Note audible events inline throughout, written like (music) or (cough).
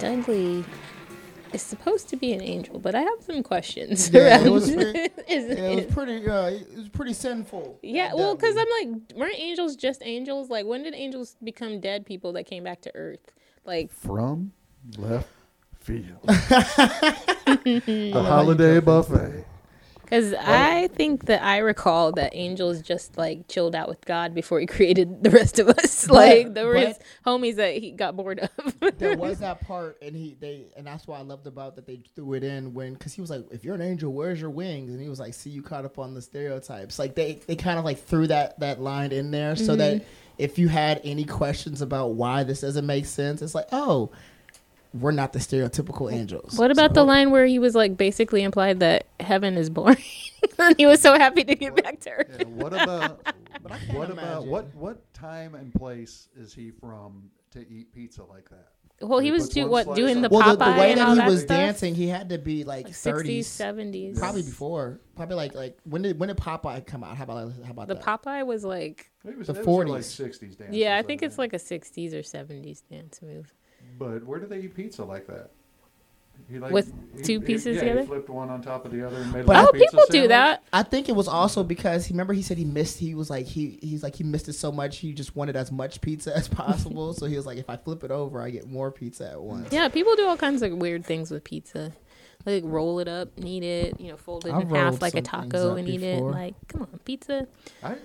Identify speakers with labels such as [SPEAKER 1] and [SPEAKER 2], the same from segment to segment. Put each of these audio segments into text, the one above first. [SPEAKER 1] Dudley is supposed to be an angel, but I have some questions
[SPEAKER 2] Yeah,
[SPEAKER 1] around. (laughs)
[SPEAKER 2] it was pretty,
[SPEAKER 1] is-
[SPEAKER 2] yeah,
[SPEAKER 1] (laughs)
[SPEAKER 2] it was pretty, uh, it was pretty sinful. uh,
[SPEAKER 1] yeah,
[SPEAKER 2] that
[SPEAKER 1] well, because
[SPEAKER 2] Dudley.
[SPEAKER 1] I'm like, weren't angels just angels? Like, when did angels become dead people that came back to Earth? Like,
[SPEAKER 3] From left
[SPEAKER 2] (laughs)
[SPEAKER 3] field. the holiday buffet.
[SPEAKER 1] because I think that I recall that angels just like chilled out with God before He created the rest of us. like, there were
[SPEAKER 2] but-
[SPEAKER 1] his homies that He got bored
[SPEAKER 2] (laughs)
[SPEAKER 1] of. (laughs)
[SPEAKER 2] there was that part, and he they, and that's why I loved about that they threw it in when because he was like, "If you're an angel, where's your wings?" And he was like, "See, you caught up on the stereotypes." Like they they kind of like threw that that line in there so
[SPEAKER 1] Mm-hmm.
[SPEAKER 2] that if you had any questions about why this doesn't make sense, it's like, oh, we're not the stereotypical angels.
[SPEAKER 1] What about the line where he was like basically implied that heaven is boring? (laughs) and he was so happy to get back to Earth.
[SPEAKER 3] Yeah, (laughs) what about
[SPEAKER 2] can't
[SPEAKER 3] what about
[SPEAKER 2] imagine.
[SPEAKER 3] what what time and place is he from to eat pizza like that?
[SPEAKER 1] Well, he
[SPEAKER 3] He
[SPEAKER 1] was
[SPEAKER 3] puts
[SPEAKER 1] do
[SPEAKER 3] one
[SPEAKER 1] what
[SPEAKER 3] slice
[SPEAKER 1] doing
[SPEAKER 3] on
[SPEAKER 1] the
[SPEAKER 3] it.
[SPEAKER 2] well,
[SPEAKER 1] Popeye
[SPEAKER 2] the, the way
[SPEAKER 1] and
[SPEAKER 2] that
[SPEAKER 1] all
[SPEAKER 2] he
[SPEAKER 1] that
[SPEAKER 2] was
[SPEAKER 1] stuff?
[SPEAKER 2] dancing, he had to be like
[SPEAKER 1] 60s,
[SPEAKER 2] 30s,
[SPEAKER 1] 70s.
[SPEAKER 2] probably before, probably like like when did when did Popeye come out? How about how about
[SPEAKER 1] the
[SPEAKER 2] that?
[SPEAKER 1] Popeye was like
[SPEAKER 3] It was,
[SPEAKER 2] The
[SPEAKER 3] it was
[SPEAKER 2] 40s.
[SPEAKER 3] like 60s dances.
[SPEAKER 1] yeah, I think it's like a 60s or 70s dance move.
[SPEAKER 3] But where do they eat pizza like that? He like,
[SPEAKER 1] With two pieces
[SPEAKER 3] yeah,
[SPEAKER 1] together?
[SPEAKER 3] He flipped one on top of the other and made.
[SPEAKER 2] But-
[SPEAKER 3] like
[SPEAKER 1] oh,
[SPEAKER 3] a pizza
[SPEAKER 1] people do
[SPEAKER 3] sandwich?
[SPEAKER 1] that.
[SPEAKER 2] I think it was also because he remember he said he missed. He was like he he's like he missed it so much. He just wanted as much pizza as (laughs) possible. so he was like, if I flip it over, I get more pizza at once.
[SPEAKER 1] Yeah, people do all kinds of weird things with pizza. Like roll it up, eat it, you know, fold it
[SPEAKER 2] I've
[SPEAKER 1] in half
[SPEAKER 2] rolled
[SPEAKER 1] like a
[SPEAKER 2] some things
[SPEAKER 1] taco
[SPEAKER 2] up
[SPEAKER 1] and eat
[SPEAKER 2] before.
[SPEAKER 1] it. Like, come on, pizza.
[SPEAKER 3] I, I,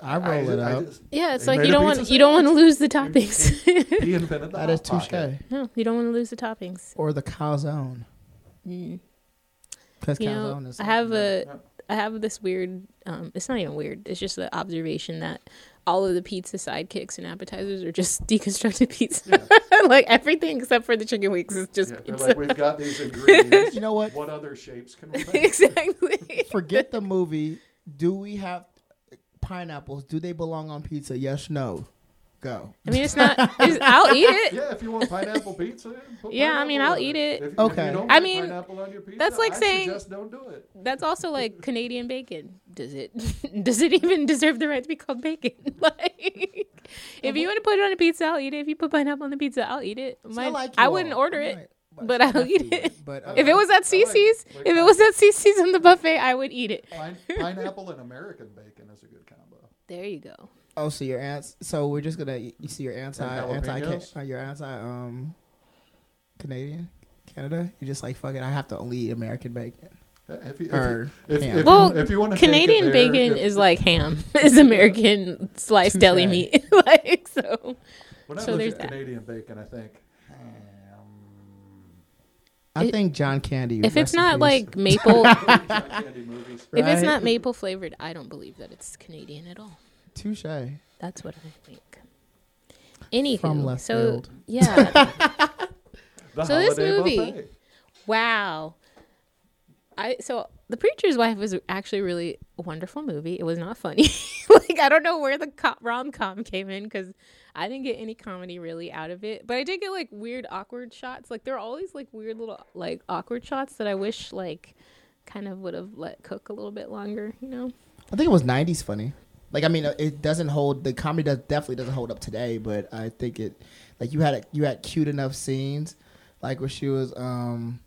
[SPEAKER 2] I roll
[SPEAKER 3] I-
[SPEAKER 2] it
[SPEAKER 3] I
[SPEAKER 2] up.
[SPEAKER 3] just-
[SPEAKER 1] Yeah, it's
[SPEAKER 3] They
[SPEAKER 1] like
[SPEAKER 3] made
[SPEAKER 1] you
[SPEAKER 3] a
[SPEAKER 1] don't
[SPEAKER 3] pizza
[SPEAKER 1] want you don't want to
[SPEAKER 3] sandwich.
[SPEAKER 1] lose the toppings. (laughs)
[SPEAKER 3] he invented the
[SPEAKER 2] that
[SPEAKER 3] hot
[SPEAKER 2] is touche.
[SPEAKER 3] pocket.
[SPEAKER 1] no, you don't want to lose the toppings.
[SPEAKER 2] Or the calzone. Mm. Because
[SPEAKER 1] You know,
[SPEAKER 2] calzone is
[SPEAKER 1] I have a
[SPEAKER 3] Yeah.
[SPEAKER 1] I have this weird um it's not even weird. It's just the observation that all of the pizza sidekicks and appetizers are just (laughs) deconstructed pizza. (laughs) like everything except for the chicken wings is just (laughs)
[SPEAKER 3] Yeah, they're
[SPEAKER 1] pizza.
[SPEAKER 3] like, we've got
[SPEAKER 1] (laughs)
[SPEAKER 3] these ingredients.
[SPEAKER 2] (laughs) You know what?
[SPEAKER 3] What other shapes can we make?
[SPEAKER 1] exactly.
[SPEAKER 2] Forget the movie. Do we have pineapples? Do they belong on pizza? Yes, no. Go.
[SPEAKER 1] I mean, it's not it's, I'll eat it.
[SPEAKER 3] Yeah, if you want pineapple pizza,
[SPEAKER 1] (laughs)
[SPEAKER 3] put
[SPEAKER 1] Yeah, I mean,
[SPEAKER 3] pineapple
[SPEAKER 1] I'll
[SPEAKER 3] on
[SPEAKER 1] eat it.
[SPEAKER 3] If,
[SPEAKER 2] Okay.
[SPEAKER 3] If you don't
[SPEAKER 1] I
[SPEAKER 3] put
[SPEAKER 1] mean,
[SPEAKER 3] pineapple on your pizza,
[SPEAKER 1] that's like
[SPEAKER 3] I
[SPEAKER 1] saying-
[SPEAKER 3] suggest don't do it.
[SPEAKER 1] That's also like Canadian bacon. Does it (laughs) does it even deserve the right to be called bacon? (laughs) like if you want to put it on a pizza, I'll eat it. If you put pineapple on the pizza, I'll eat it.
[SPEAKER 2] See, I
[SPEAKER 1] Mine-
[SPEAKER 2] like
[SPEAKER 1] I
[SPEAKER 2] you
[SPEAKER 1] wouldn't
[SPEAKER 2] all.
[SPEAKER 1] order
[SPEAKER 2] I
[SPEAKER 1] it.
[SPEAKER 2] might-
[SPEAKER 1] but I'll
[SPEAKER 2] not
[SPEAKER 1] eat
[SPEAKER 2] you,
[SPEAKER 1] it. (laughs)
[SPEAKER 2] But uh,
[SPEAKER 3] If
[SPEAKER 1] If it was at
[SPEAKER 3] I like-
[SPEAKER 1] CC's, if
[SPEAKER 3] like
[SPEAKER 1] it
[SPEAKER 3] that.
[SPEAKER 1] was at CC's in the buffet, I would eat it. (laughs)
[SPEAKER 3] Pine, pineapple and American bacon is a good combo.
[SPEAKER 1] There you go.
[SPEAKER 2] oh, so your ants. So we're just gonna you see your anti
[SPEAKER 3] And
[SPEAKER 2] anti
[SPEAKER 3] jalapenos?
[SPEAKER 2] uh, your anti um Canadian Canada. You just like fuck it. I have to only eat American bacon.
[SPEAKER 3] Uh, If you, if,
[SPEAKER 2] Or
[SPEAKER 3] you- if,
[SPEAKER 2] ham.
[SPEAKER 3] if,
[SPEAKER 1] Well,
[SPEAKER 3] you, if you want to
[SPEAKER 1] Canadian
[SPEAKER 3] take it there,
[SPEAKER 1] bacon
[SPEAKER 3] if-
[SPEAKER 1] is like ham. (laughs) It's American sliced
[SPEAKER 2] Touche.
[SPEAKER 1] deli meat. (laughs) like so.
[SPEAKER 3] When I
[SPEAKER 1] so
[SPEAKER 3] look
[SPEAKER 1] there's
[SPEAKER 3] at
[SPEAKER 1] that.
[SPEAKER 3] Canadian bacon, I think
[SPEAKER 1] (laughs)
[SPEAKER 3] ham.
[SPEAKER 2] I
[SPEAKER 1] It-
[SPEAKER 2] think John Candy.
[SPEAKER 1] If it's
[SPEAKER 2] rest in
[SPEAKER 1] not
[SPEAKER 2] peace.
[SPEAKER 1] like
[SPEAKER 2] (laughs)
[SPEAKER 1] maple,
[SPEAKER 3] John Candy movies.
[SPEAKER 1] if it's
[SPEAKER 2] Right.
[SPEAKER 1] not maple flavored, I don't believe that it's Canadian at all.
[SPEAKER 2] touche,
[SPEAKER 1] That's what I think. Anywho,
[SPEAKER 2] From left
[SPEAKER 1] so
[SPEAKER 2] field.
[SPEAKER 1] yeah,
[SPEAKER 3] The
[SPEAKER 1] So this
[SPEAKER 3] Holiday
[SPEAKER 1] movie-
[SPEAKER 3] Buffet.
[SPEAKER 1] wow. I so the preacher's wife was actually really a wonderful movie. It was not funny. (laughs) like I don't know where the co- rom com came in because I didn't get any comedy really out of it. But I did get like weird awkward shots. Like there are always like weird little like awkward shots that I wish like kind of would have let cook a little bit longer. You know?
[SPEAKER 2] I think it was '90s funny. Like I mean, uh, it doesn't hold. The comedy does definitely doesn't hold up today. But I think it, like you had a, you had cute enough scenes, like where she was. um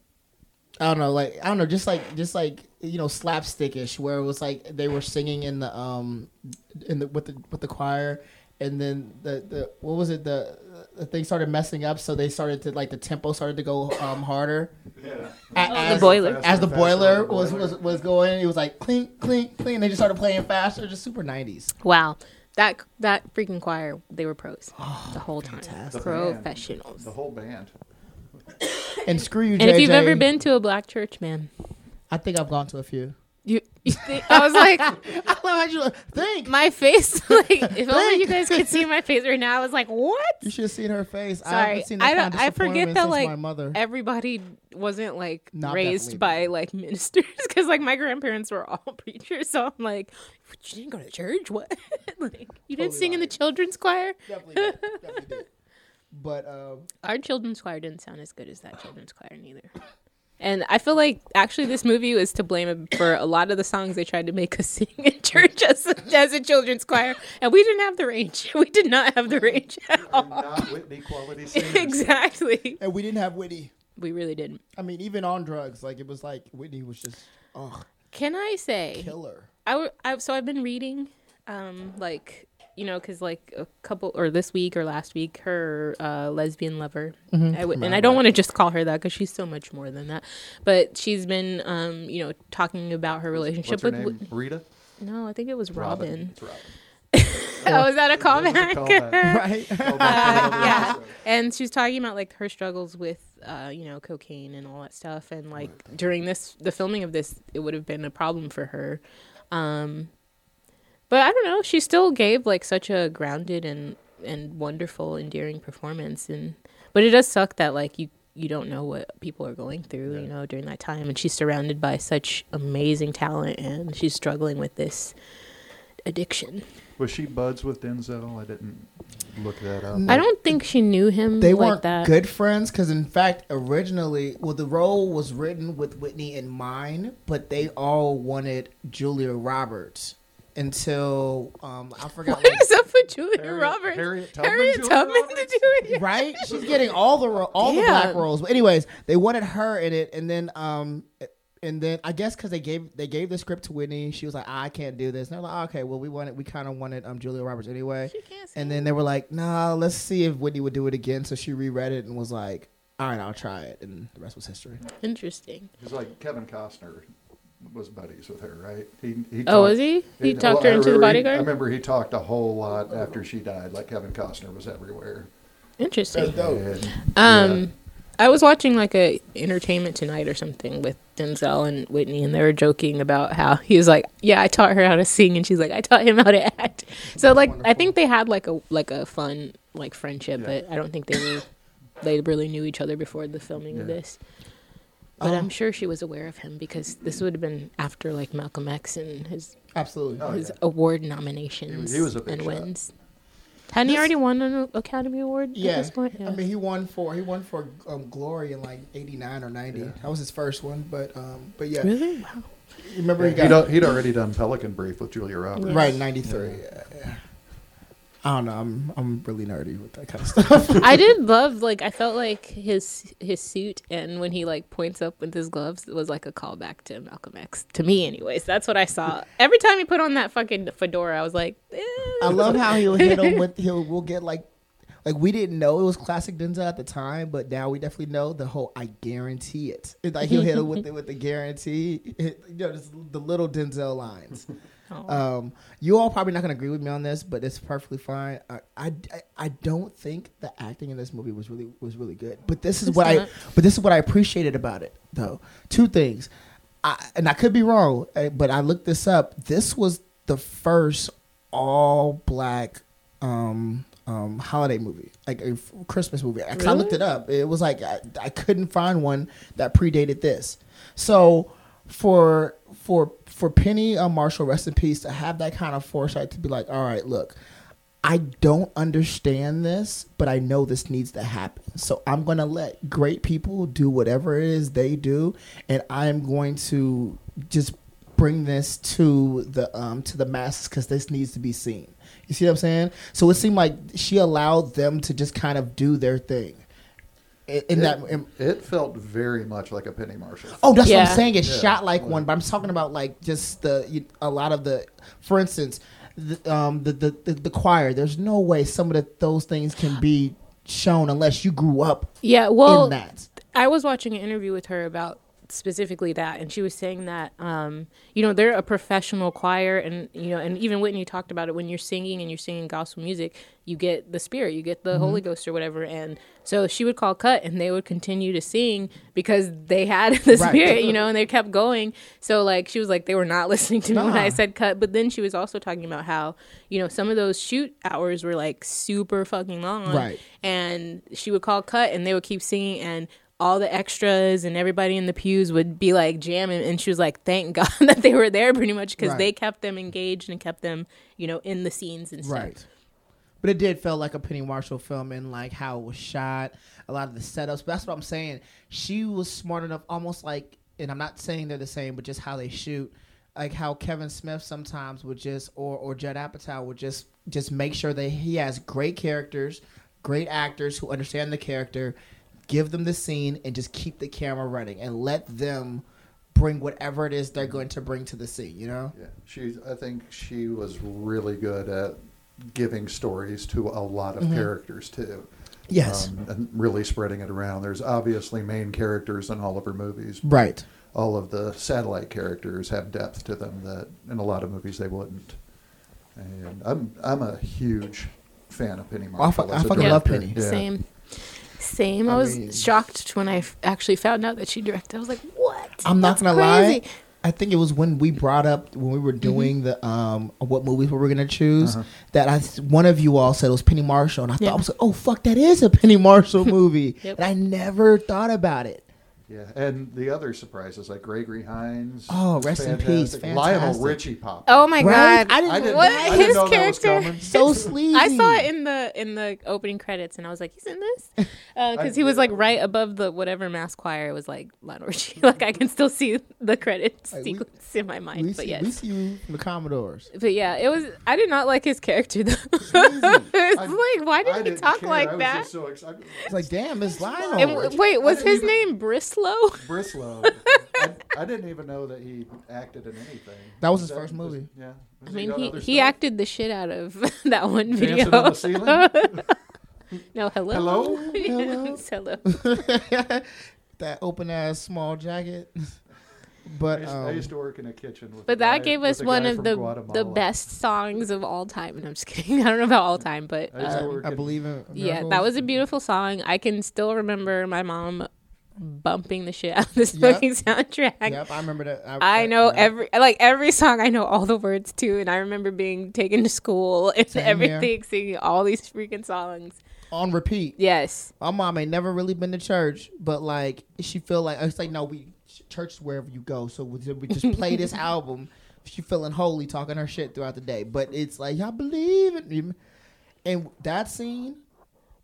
[SPEAKER 2] I don't know, like I don't know, just like just like you know, slapstickish, where it was like they were singing in the um in the with the with the choir, and then the the what was it the the thing started messing up, so they started to like the tempo started to go um harder.
[SPEAKER 3] Yeah.
[SPEAKER 2] A-
[SPEAKER 1] Oh, the boiler.
[SPEAKER 2] as the
[SPEAKER 3] Faster,
[SPEAKER 2] boiler
[SPEAKER 3] faster,
[SPEAKER 2] was,
[SPEAKER 3] boiler.
[SPEAKER 2] was was going, it was like clink clink clink. They just started playing faster, just super nineties.
[SPEAKER 1] Wow. That that freaking choir, they were pros the whole time.
[SPEAKER 2] fantastic.
[SPEAKER 1] Professionals.
[SPEAKER 3] The whole band.
[SPEAKER 1] (laughs)
[SPEAKER 2] And screw you,
[SPEAKER 1] And if you've
[SPEAKER 2] JJ,
[SPEAKER 1] ever been to a black church, man,
[SPEAKER 2] I think I've gone to a few. (laughs)
[SPEAKER 1] you, you think, I was like,
[SPEAKER 2] I love how you look. think.
[SPEAKER 1] my face, (laughs) like, if only you guys could see my face right now. I was like, what?
[SPEAKER 2] You should have seen her face. I
[SPEAKER 1] Sorry,
[SPEAKER 2] haven't seen that
[SPEAKER 1] I don't.
[SPEAKER 2] kind of
[SPEAKER 1] I forget
[SPEAKER 2] disappointment
[SPEAKER 1] that
[SPEAKER 2] since
[SPEAKER 1] like
[SPEAKER 2] my mother.
[SPEAKER 1] everybody wasn't like
[SPEAKER 2] No,
[SPEAKER 1] raised by
[SPEAKER 2] definitely
[SPEAKER 1] like (laughs) ministers because like my grandparents were all (laughs) preachers, so I'm like, you didn't go to church, what? (laughs) like, you didn't
[SPEAKER 2] Totally
[SPEAKER 1] sing in the
[SPEAKER 2] right.
[SPEAKER 1] children's choir.
[SPEAKER 2] (laughs) Definitely did. Definitely did. But um,
[SPEAKER 1] our children's choir didn't sound as good as that children's choir neither. And I feel like actually this movie was to blame for a lot of the songs they tried to make us (laughs) sing in church as, as a children's choir, and we didn't have the range. (laughs) We did not have the range at
[SPEAKER 3] They're
[SPEAKER 1] all.
[SPEAKER 3] not Whitney
[SPEAKER 1] (laughs)
[SPEAKER 3] quality singers.
[SPEAKER 1] exactly.
[SPEAKER 2] And we didn't have Whitney.
[SPEAKER 1] We really didn't.
[SPEAKER 2] I mean, even on drugs, like it was like Whitney was just oh
[SPEAKER 1] Can I say?
[SPEAKER 2] killer. (laughs)
[SPEAKER 1] I, w- I- so I've been reading, um, like you know, because like a couple or this week or last week, her uh, lesbian lover. I would, and I don't want to just call her that because she's so much more than that. But she's been, um, you know, talking about her relationship
[SPEAKER 3] What's her
[SPEAKER 1] with.
[SPEAKER 3] name? Rita?
[SPEAKER 1] No, I think it was Robin.
[SPEAKER 3] It's Robin.
[SPEAKER 1] Oh, is that a
[SPEAKER 3] was a
[SPEAKER 1] callback?
[SPEAKER 3] callback.
[SPEAKER 2] Right?
[SPEAKER 3] Oh, (laughs) that's another
[SPEAKER 1] yeah.
[SPEAKER 3] episode.
[SPEAKER 1] And she was talking about like her struggles with, uh, you know, cocaine and all that stuff. And like during this, the filming of this, it would have been a problem for her. Um, but I don't know. She still gave like such a grounded and and wonderful, endearing performance. And but it does suck that like you you don't know what people are going through, you know, during that time. And she's surrounded by such amazing talent, and she's struggling with this addiction.
[SPEAKER 3] Was she buds with Denzel? I didn't look that up.
[SPEAKER 1] I don't think she knew him
[SPEAKER 2] They
[SPEAKER 1] Mm-hmm. like
[SPEAKER 2] weren't
[SPEAKER 1] that.
[SPEAKER 2] good friends because, in fact, originally, well, the role was written with Whitney in mind, but they all wanted Julia Roberts until um, I forgot.
[SPEAKER 1] What is up with Julia
[SPEAKER 3] Harriet-
[SPEAKER 1] Roberts?
[SPEAKER 3] Harriet Tubman,
[SPEAKER 1] Harriet
[SPEAKER 3] Julia
[SPEAKER 1] Tubman to
[SPEAKER 3] Roberts?
[SPEAKER 1] do (laughs) it.
[SPEAKER 2] right? (laughs) She's getting all the ro- all the
[SPEAKER 1] Damn.
[SPEAKER 2] black roles. But anyways, they wanted her in it, and then um, and then I guess because they gave they gave the script to Whitney, she was like, "Ah, I can't do this. And they're like, oh, okay, well, we wanted we kind of wanted um Julia Roberts anyway. And then they were like, Nah, let's see if Whitney would do it again. So she reread it and was like, All right, I'll try it, and the rest was history.
[SPEAKER 1] Interesting.
[SPEAKER 3] It's like Kevin Costner was buddies with her, right? He, he
[SPEAKER 1] Oh, was he? He talked her
[SPEAKER 3] I
[SPEAKER 1] into the
[SPEAKER 3] remember he-
[SPEAKER 1] bodyguard?
[SPEAKER 3] I remember he talked a whole lot after she died. Like Kevin Costner was everywhere.
[SPEAKER 1] Interesting.
[SPEAKER 3] And,
[SPEAKER 1] Um,
[SPEAKER 3] yeah.
[SPEAKER 1] I was watching like a Entertainment Tonight or something with Denzel and Whitney, and they were joking about how he was like, "Yeah, I taught her how to sing," and she's like, "I taught him how to act." So like, I think they had like a like a fun like friendship,
[SPEAKER 3] Yeah.
[SPEAKER 1] but I don't think they were they really knew each other before the filming of
[SPEAKER 3] Yeah.
[SPEAKER 1] this. But
[SPEAKER 2] Um,
[SPEAKER 1] I'm sure she was aware of him because this would have been after like Malcolm X and his
[SPEAKER 2] Absolutely.
[SPEAKER 3] Oh,
[SPEAKER 1] his
[SPEAKER 3] yeah.
[SPEAKER 1] award nominations
[SPEAKER 3] he was a big
[SPEAKER 1] and
[SPEAKER 3] shot.
[SPEAKER 1] wins. Hadn't he
[SPEAKER 2] This-
[SPEAKER 1] already won an Academy Award at
[SPEAKER 2] Yeah.
[SPEAKER 1] this point?
[SPEAKER 2] I mean, he won for he won for um, Glory in like '89 or '90.
[SPEAKER 3] Yeah.
[SPEAKER 2] That was his first one, but um, but yeah,
[SPEAKER 1] really? Wow.
[SPEAKER 2] remember he
[SPEAKER 3] He'd,
[SPEAKER 2] got
[SPEAKER 3] al- he'd already done Pelican Brief with Julia Roberts.
[SPEAKER 2] Right, ninety three. Yeah. yeah. I don't know. I'm I'm really nerdy with that kind of stuff.
[SPEAKER 1] I did love like I felt like his his suit and when he like points up with his gloves it was like a callback to Malcolm X to me anyways. That's what I saw. Every time he put on that fucking fedora, I was like, eh.
[SPEAKER 2] I love how he'll hit him with he'll we'll get like like we didn't know it was classic Denzel at the time, but now we definitely know the whole I guarantee it. It's Like he'll hit him with the, with the guarantee. (laughs) It- you know, just the little Denzel lines.
[SPEAKER 1] Oh.
[SPEAKER 2] Um, you all probably not gonna agree with me on this, but it's perfectly fine. I, I, I don't think the acting in this movie was really was really good. But this is
[SPEAKER 1] It's
[SPEAKER 2] what I
[SPEAKER 1] not.
[SPEAKER 2] but this is what I appreciated about it though. Two things, I, and I could be wrong, eh, but I looked this up. This was the first all black um, um, holiday movie, like a f- Christmas movie. I, 'cause I looked it up. It was like I, I couldn't find one that predated this. So for for for Penny uh, Marshall, rest in peace, to have that kind of foresight to be like, all right, look, I don't understand this, but I know this needs to happen. So I'm going to let great people do whatever it is they do, and I am going to just bring this to the um to the masses because this needs to be seen. You see what I'm saying? So it seemed like she allowed them to just kind of do their thing. In, in
[SPEAKER 3] It,
[SPEAKER 2] that, in-
[SPEAKER 3] it felt very much like a Penny Marshall.
[SPEAKER 2] Oh, that's what
[SPEAKER 1] Yeah.
[SPEAKER 2] I'm saying. It's
[SPEAKER 3] Yeah.
[SPEAKER 2] shot like one, but I'm talking about like just the you- a lot of the. For instance, the um the the, the, the choir. There's no way some of the, those things can be shown unless you grew up
[SPEAKER 1] Yeah, well
[SPEAKER 2] in that.
[SPEAKER 1] I was watching an interview with her about specifically that, and she was saying that um, you know they're a professional choir, and you know, and even Whitney talked about it when you're singing and you're singing gospel music, you get the spirit, you get the
[SPEAKER 2] Mm-hmm.
[SPEAKER 1] Holy Ghost or whatever, and so she would call cut, and they would continue to sing because they had (laughs) the
[SPEAKER 2] Right.
[SPEAKER 1] spirit, you know, and they kept going. So like she was like they were not (laughs) listening to me when
[SPEAKER 2] Nah.
[SPEAKER 1] I said cut, but then she was also talking about how you know some of those shoot hours were like super fucking long,
[SPEAKER 2] Right.
[SPEAKER 1] and she would call cut and they would keep singing and all the extras and everybody in the pews would be like jamming and she was like thank (laughs) god that they were there pretty much because
[SPEAKER 2] Right.
[SPEAKER 1] they kept them engaged and kept them you know in the scenes and stuff
[SPEAKER 2] Right. But it did feel like a Penny Marshall film and like how it was shot, a lot of the setups. But that's what I'm saying. She was smart enough, almost like, and I'm not saying they're the same, but just how they shoot. like how Kevin Smith sometimes would just or or Judd Apatow would just just make sure that he has great characters, great actors who understand the character, give them the scene and just keep the camera running and let them bring whatever it is they're going to bring to the scene, you know?
[SPEAKER 3] Yeah, she's. I think she was really good at giving stories to a lot
[SPEAKER 2] Mm-hmm.
[SPEAKER 3] of characters too. um, and really spreading it around. There's obviously main characters in all of her movies.
[SPEAKER 2] right.
[SPEAKER 3] All of the satellite characters have depth to them that in a lot of movies they wouldn't. And I'm I'm a huge fan of Penny
[SPEAKER 2] I fu-
[SPEAKER 3] Marshall.
[SPEAKER 2] I
[SPEAKER 3] as a
[SPEAKER 2] fucking love
[SPEAKER 3] director.
[SPEAKER 2] Penny.
[SPEAKER 3] Yeah.
[SPEAKER 1] Same. Same. I,
[SPEAKER 2] I
[SPEAKER 1] was
[SPEAKER 2] mean-
[SPEAKER 1] shocked when I f- actually found out that she directed. I was like, what?
[SPEAKER 2] I'm not
[SPEAKER 1] That's
[SPEAKER 2] gonna
[SPEAKER 1] crazy. Mm-hmm.
[SPEAKER 2] lie. I think it was when we brought up when we were doing the um what movies we were gonna choose that I one of you all said it was Penny Marshall and I
[SPEAKER 1] Uh-huh. Yeah.
[SPEAKER 2] thought I was like oh fuck that is a
[SPEAKER 1] (laughs)
[SPEAKER 2] Penny Marshall movie
[SPEAKER 1] Yep.
[SPEAKER 2] and I never thought about it.
[SPEAKER 3] Yeah, and the other surprises like Gregory Hines.
[SPEAKER 2] Oh, rest in peace.
[SPEAKER 3] fantastic. Lionel
[SPEAKER 2] Fantastic.
[SPEAKER 3] Richie Pop.
[SPEAKER 1] Oh my
[SPEAKER 2] Right?
[SPEAKER 1] god.
[SPEAKER 2] I
[SPEAKER 3] I didn't,
[SPEAKER 2] didn't,
[SPEAKER 1] What?
[SPEAKER 3] I didn't
[SPEAKER 1] His
[SPEAKER 3] know that was
[SPEAKER 1] character-
[SPEAKER 3] coming.
[SPEAKER 2] so sleazy.
[SPEAKER 1] I saw it in the in the opening credits, and I was like, "He's in
[SPEAKER 3] (laughs)
[SPEAKER 1] this," because he was like right above the whatever mass choir. It was like Lionel Richie. (laughs) like I can still see the credits
[SPEAKER 2] Like, we-
[SPEAKER 1] sequence in my mind.
[SPEAKER 2] We
[SPEAKER 1] but
[SPEAKER 2] see,
[SPEAKER 1] yes,
[SPEAKER 2] we see you from the Commodores.
[SPEAKER 1] but yeah, it was. I did not like his character though. (laughs) it's
[SPEAKER 3] I-
[SPEAKER 1] like, why did
[SPEAKER 3] I
[SPEAKER 1] he
[SPEAKER 3] didn't
[SPEAKER 1] talk
[SPEAKER 3] care. I
[SPEAKER 1] like
[SPEAKER 3] was
[SPEAKER 1] that?
[SPEAKER 3] just so excited.
[SPEAKER 2] It's like damn, it's Lionel.
[SPEAKER 1] And w- wait,
[SPEAKER 3] I
[SPEAKER 1] was
[SPEAKER 3] didn't
[SPEAKER 1] his
[SPEAKER 3] even-
[SPEAKER 1] name Brislow?
[SPEAKER 3] (laughs) Brislow. I, I didn't even know that he acted in anything.
[SPEAKER 2] That was his
[SPEAKER 3] Is
[SPEAKER 2] first movie.
[SPEAKER 3] Yeah.
[SPEAKER 1] (laughs) I
[SPEAKER 3] Has
[SPEAKER 1] mean,
[SPEAKER 3] done
[SPEAKER 1] he,
[SPEAKER 3] other
[SPEAKER 1] he
[SPEAKER 3] stuff?
[SPEAKER 1] acted the shit out of (laughs) that one
[SPEAKER 3] Dancing
[SPEAKER 1] video.
[SPEAKER 3] on the ceiling?
[SPEAKER 1] (laughs) no, hello. (laughs)
[SPEAKER 3] Hello?
[SPEAKER 2] Hello?
[SPEAKER 1] Yes, hello.
[SPEAKER 2] (laughs) that open ass small jacket. (laughs)
[SPEAKER 3] I
[SPEAKER 2] But
[SPEAKER 3] used, I
[SPEAKER 2] um,
[SPEAKER 3] used to work in a kitchen with. a
[SPEAKER 1] But that
[SPEAKER 3] guy-
[SPEAKER 1] gave
[SPEAKER 3] with
[SPEAKER 1] us
[SPEAKER 3] a
[SPEAKER 1] one
[SPEAKER 3] guy
[SPEAKER 1] of
[SPEAKER 3] from
[SPEAKER 1] the the
[SPEAKER 3] Guatemala.
[SPEAKER 1] best songs of all time. And I'm just (laughs) kidding. I don't know about all time, but
[SPEAKER 3] I used to
[SPEAKER 1] um,
[SPEAKER 3] work
[SPEAKER 2] I
[SPEAKER 3] in-
[SPEAKER 2] believe in
[SPEAKER 1] yeah, that
[SPEAKER 2] miracles.
[SPEAKER 1] was a beautiful song. I can still remember my mom bumping the shit (laughs) out of this fucking soundtrack.
[SPEAKER 2] Yep, I remember that.
[SPEAKER 1] I know
[SPEAKER 2] yeah.
[SPEAKER 1] every like every song. I know all the words to, and I remember being taken to school (laughs) and
[SPEAKER 2] Same here.
[SPEAKER 1] everything, singing all these freaking songs.
[SPEAKER 2] on repeat.
[SPEAKER 1] Yes,
[SPEAKER 2] My mom ain't never really been to church, but like she feel like it's like no, we church is wherever you go. So we just, we just play this album. She feeling holy, talking her shit throughout the day. But it's like y'all believe it, You- and that scene.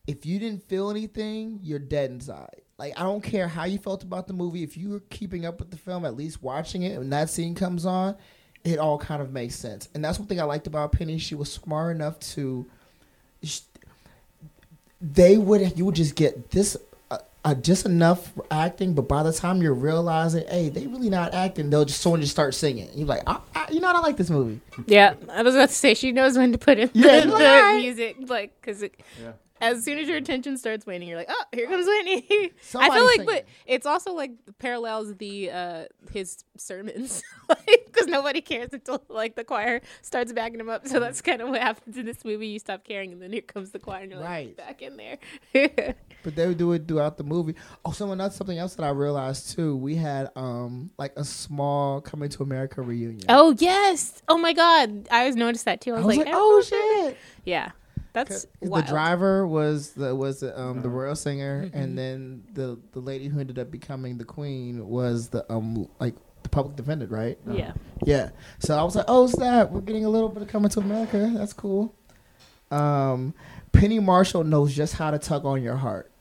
[SPEAKER 2] If you didn't feel anything, you're dead inside. Like I don't care how you felt about the movie. If you were keeping up with the film, at least watching it, when that scene comes on, it all kind of makes sense. And that's one thing I liked about Penny. She was smart enough to sh- they would you would just get this uh, uh, just enough acting, but by the time you're realizing, hey, they really not acting, they'll just someone just start singing. You're like, I, I, you know, what? I like this movie.
[SPEAKER 1] yeah. I was about to say she knows when to put in
[SPEAKER 2] Yeah,
[SPEAKER 1] (laughs) the,
[SPEAKER 2] right.
[SPEAKER 1] music, like because
[SPEAKER 3] Yeah.
[SPEAKER 1] as soon as your attention starts waning, you're like, oh, here comes Whitney.
[SPEAKER 2] (laughs)
[SPEAKER 1] I
[SPEAKER 2] Somebody
[SPEAKER 1] feel like,
[SPEAKER 2] singing.
[SPEAKER 1] but it's also like parallels the uh his sermons, (laughs) because nobody cares until like the choir starts backing him up. So
[SPEAKER 2] Mm.
[SPEAKER 1] that's kind of what happens in this movie. You stop caring, and then here comes the choir, and you're like,
[SPEAKER 2] Right.
[SPEAKER 1] back in there. (laughs)
[SPEAKER 2] But they would do it throughout the movie. Oh, someone else, something else that I realized too. We had um like a small Coming to America reunion.
[SPEAKER 1] oh yes, oh my God, I always noticed that too. I
[SPEAKER 2] I
[SPEAKER 1] was,
[SPEAKER 2] was like, oh shit!
[SPEAKER 1] yeah, that's
[SPEAKER 2] The
[SPEAKER 1] wild.
[SPEAKER 2] driver was the was the, um the royal singer, and then the the lady who ended up becoming the queen was the um like the public defendant, right?
[SPEAKER 1] Yeah,
[SPEAKER 2] Yeah. So I was like, oh snap, we're getting a little bit of coming to America. That's cool. Um, Penny Marshall knows just how to tug on your heart.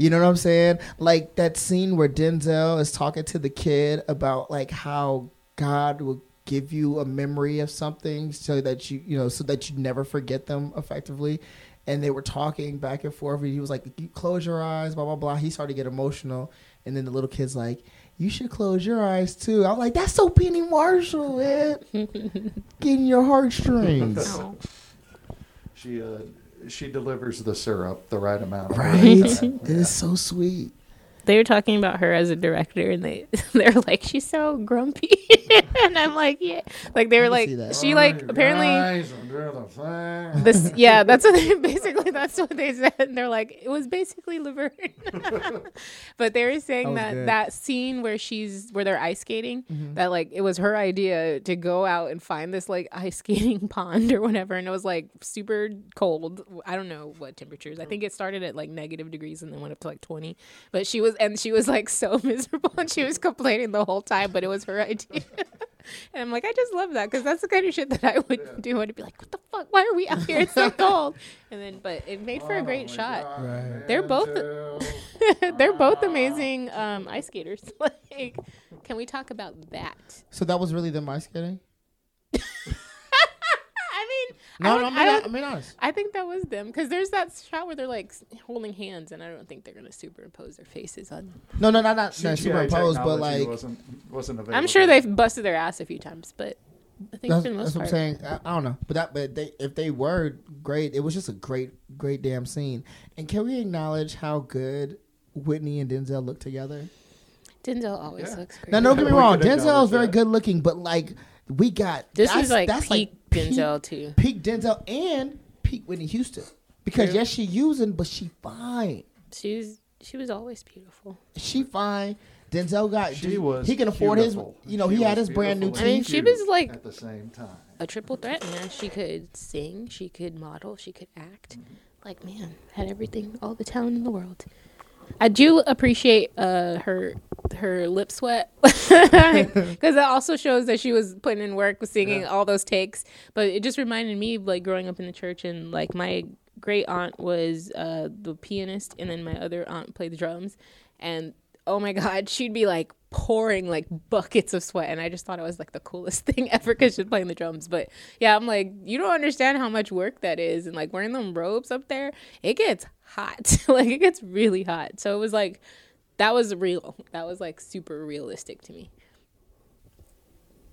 [SPEAKER 2] You know what I'm saying? Like that scene where Denzel is talking to the kid about like how God will give you a memory of something so that you you know so that you never forget them effectively. And they were talking back and forth, and he was like, "You close your eyes, blah blah blah." He started to get emotional, and then the little kid's like, "You should close your eyes too." I'm like, "That's so Penny Marshall, man, getting your heartstrings."
[SPEAKER 1] Oh.
[SPEAKER 3] She uh, she delivers the syrup the right amount. of
[SPEAKER 2] Right?
[SPEAKER 1] (laughs)
[SPEAKER 3] every time.
[SPEAKER 2] It is so sweet.
[SPEAKER 1] they were talking about her as a director and they (laughs) they're like she's so grumpy (laughs) and i'm like yeah like they were
[SPEAKER 2] can
[SPEAKER 1] like
[SPEAKER 2] see that.
[SPEAKER 1] she like
[SPEAKER 3] Alright,
[SPEAKER 1] apparently
[SPEAKER 3] guys, I'll do the thing.
[SPEAKER 1] this yeah that's what they (laughs) basically that's what they said and they're like it was basically laverne (laughs) but they were saying
[SPEAKER 2] That
[SPEAKER 1] that
[SPEAKER 2] was
[SPEAKER 1] that,
[SPEAKER 2] good. Mm-hmm.
[SPEAKER 1] scene where she's where they're ice skating that like it was her idea to go out and find this like (laughs) ice skating pond or whatever and it was like super cold i don't know what temperatures i think it started at like negative degrees and then went up to like 20 but she was and she was like so (laughs) miserable and she was complaining the whole time but it was her (laughs) idea and I'm like, I just love that because that's the kind of shit that I would do. I'd be like, what the fuck? Why are
[SPEAKER 2] (laughs)
[SPEAKER 1] we out here? It's so cold. And then, but it made for a
[SPEAKER 3] Oh
[SPEAKER 1] great
[SPEAKER 3] my
[SPEAKER 1] shot.
[SPEAKER 3] God,
[SPEAKER 2] Right.
[SPEAKER 1] They're both- (laughs)
[SPEAKER 3] Denzel.
[SPEAKER 1] They're both amazing um, ice skaters. (laughs) like, can we talk about that?
[SPEAKER 2] So that was really them ice skating.
[SPEAKER 1] I mean, I,
[SPEAKER 2] No,
[SPEAKER 1] don't, I,
[SPEAKER 2] no, I mean,
[SPEAKER 1] don't-
[SPEAKER 2] I mean honest.
[SPEAKER 1] I think that was them because there's that shot where they're like s- holding hands, and I don't think they're gonna superimpose their faces on.
[SPEAKER 2] No, no, not not
[SPEAKER 3] CGI
[SPEAKER 2] no, superimposed, but
[SPEAKER 3] technology
[SPEAKER 2] like
[SPEAKER 3] wasn't, wasn't available.
[SPEAKER 1] I'm sure they've busted their ass a few times, but I think
[SPEAKER 2] that's,
[SPEAKER 1] for the most
[SPEAKER 2] that's what I'm
[SPEAKER 1] part,
[SPEAKER 2] saying. I, I don't know, but that but they if they were great, it was just a great great damn scene. And can we acknowledge how good Whitney and Denzel look together?
[SPEAKER 1] Denzel always
[SPEAKER 3] Yeah.
[SPEAKER 1] looks great.
[SPEAKER 2] Now, don't get me
[SPEAKER 3] We
[SPEAKER 2] wrong,
[SPEAKER 3] could
[SPEAKER 2] Denzel is
[SPEAKER 3] acknowledge
[SPEAKER 2] very
[SPEAKER 3] that.
[SPEAKER 2] good looking, but like we got
[SPEAKER 1] This
[SPEAKER 2] that's-
[SPEAKER 1] is like
[SPEAKER 2] that's
[SPEAKER 1] peak
[SPEAKER 2] peak-
[SPEAKER 1] Denzel too.
[SPEAKER 2] peak Denzel and peak Whitney Houston. Because
[SPEAKER 1] True.
[SPEAKER 2] yes, she using, but she fine.
[SPEAKER 1] She's she was always beautiful.
[SPEAKER 2] She fine. Denzel got
[SPEAKER 3] She was.
[SPEAKER 2] he can afford
[SPEAKER 3] beautiful.
[SPEAKER 2] his. You know,
[SPEAKER 3] She
[SPEAKER 2] he had
[SPEAKER 3] was
[SPEAKER 2] his brand new
[SPEAKER 3] beautiful
[SPEAKER 1] I mean,
[SPEAKER 3] and
[SPEAKER 2] teeth.
[SPEAKER 1] she
[SPEAKER 3] cute
[SPEAKER 1] was, like-
[SPEAKER 3] at the same time.
[SPEAKER 1] A triple threat, man. She could sing, she could model, she could act. Like man, had everything, all the talent in the world. I do appreciate uh, her her lip sweat (laughs) because that also shows that she was putting in work with singing all those takes. But it just reminded me of like growing up in the church and like my great aunt was uh, the pianist and then my other aunt played the drums and oh my god she'd be like pouring like buckets of sweat and I just thought it was like the coolest (laughs) thing ever because she's playing the drums. But yeah, I'm like you don't understand how much work that is and like wearing them robes up there it gets hot (laughs) like it gets really hot. So it was like that was real. That was like super realistic to me.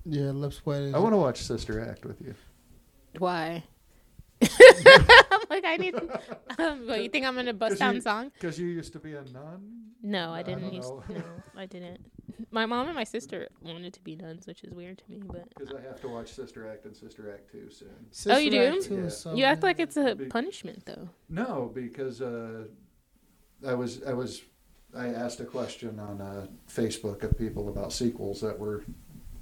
[SPEAKER 2] Yeah, lip sweat. Is,
[SPEAKER 3] I want to watch Sister Act with you.
[SPEAKER 1] Why? (laughs) I'm like, I need. (laughs) Um, well, you think I'm gonna bust
[SPEAKER 3] Cause
[SPEAKER 1] down
[SPEAKER 3] you-
[SPEAKER 1] song?
[SPEAKER 3] Because you used to be a nun.
[SPEAKER 1] No, I
[SPEAKER 3] I
[SPEAKER 1] didn't.
[SPEAKER 3] don't
[SPEAKER 1] use,
[SPEAKER 3] know.
[SPEAKER 1] no, I didn't. My mom and my sister wanted to be nuns, which is weird to me. But
[SPEAKER 3] Because I have to watch Sister Act and Sister Act 2 soon.
[SPEAKER 1] Oh, you
[SPEAKER 2] Sister
[SPEAKER 1] do?
[SPEAKER 2] Act two is
[SPEAKER 3] Yeah.
[SPEAKER 2] so
[SPEAKER 1] you act
[SPEAKER 2] good.
[SPEAKER 1] like it's a
[SPEAKER 3] Big-
[SPEAKER 1] punishment, though.
[SPEAKER 3] No, because uh, I was I was I asked a question on uh, Facebook of people about sequels that were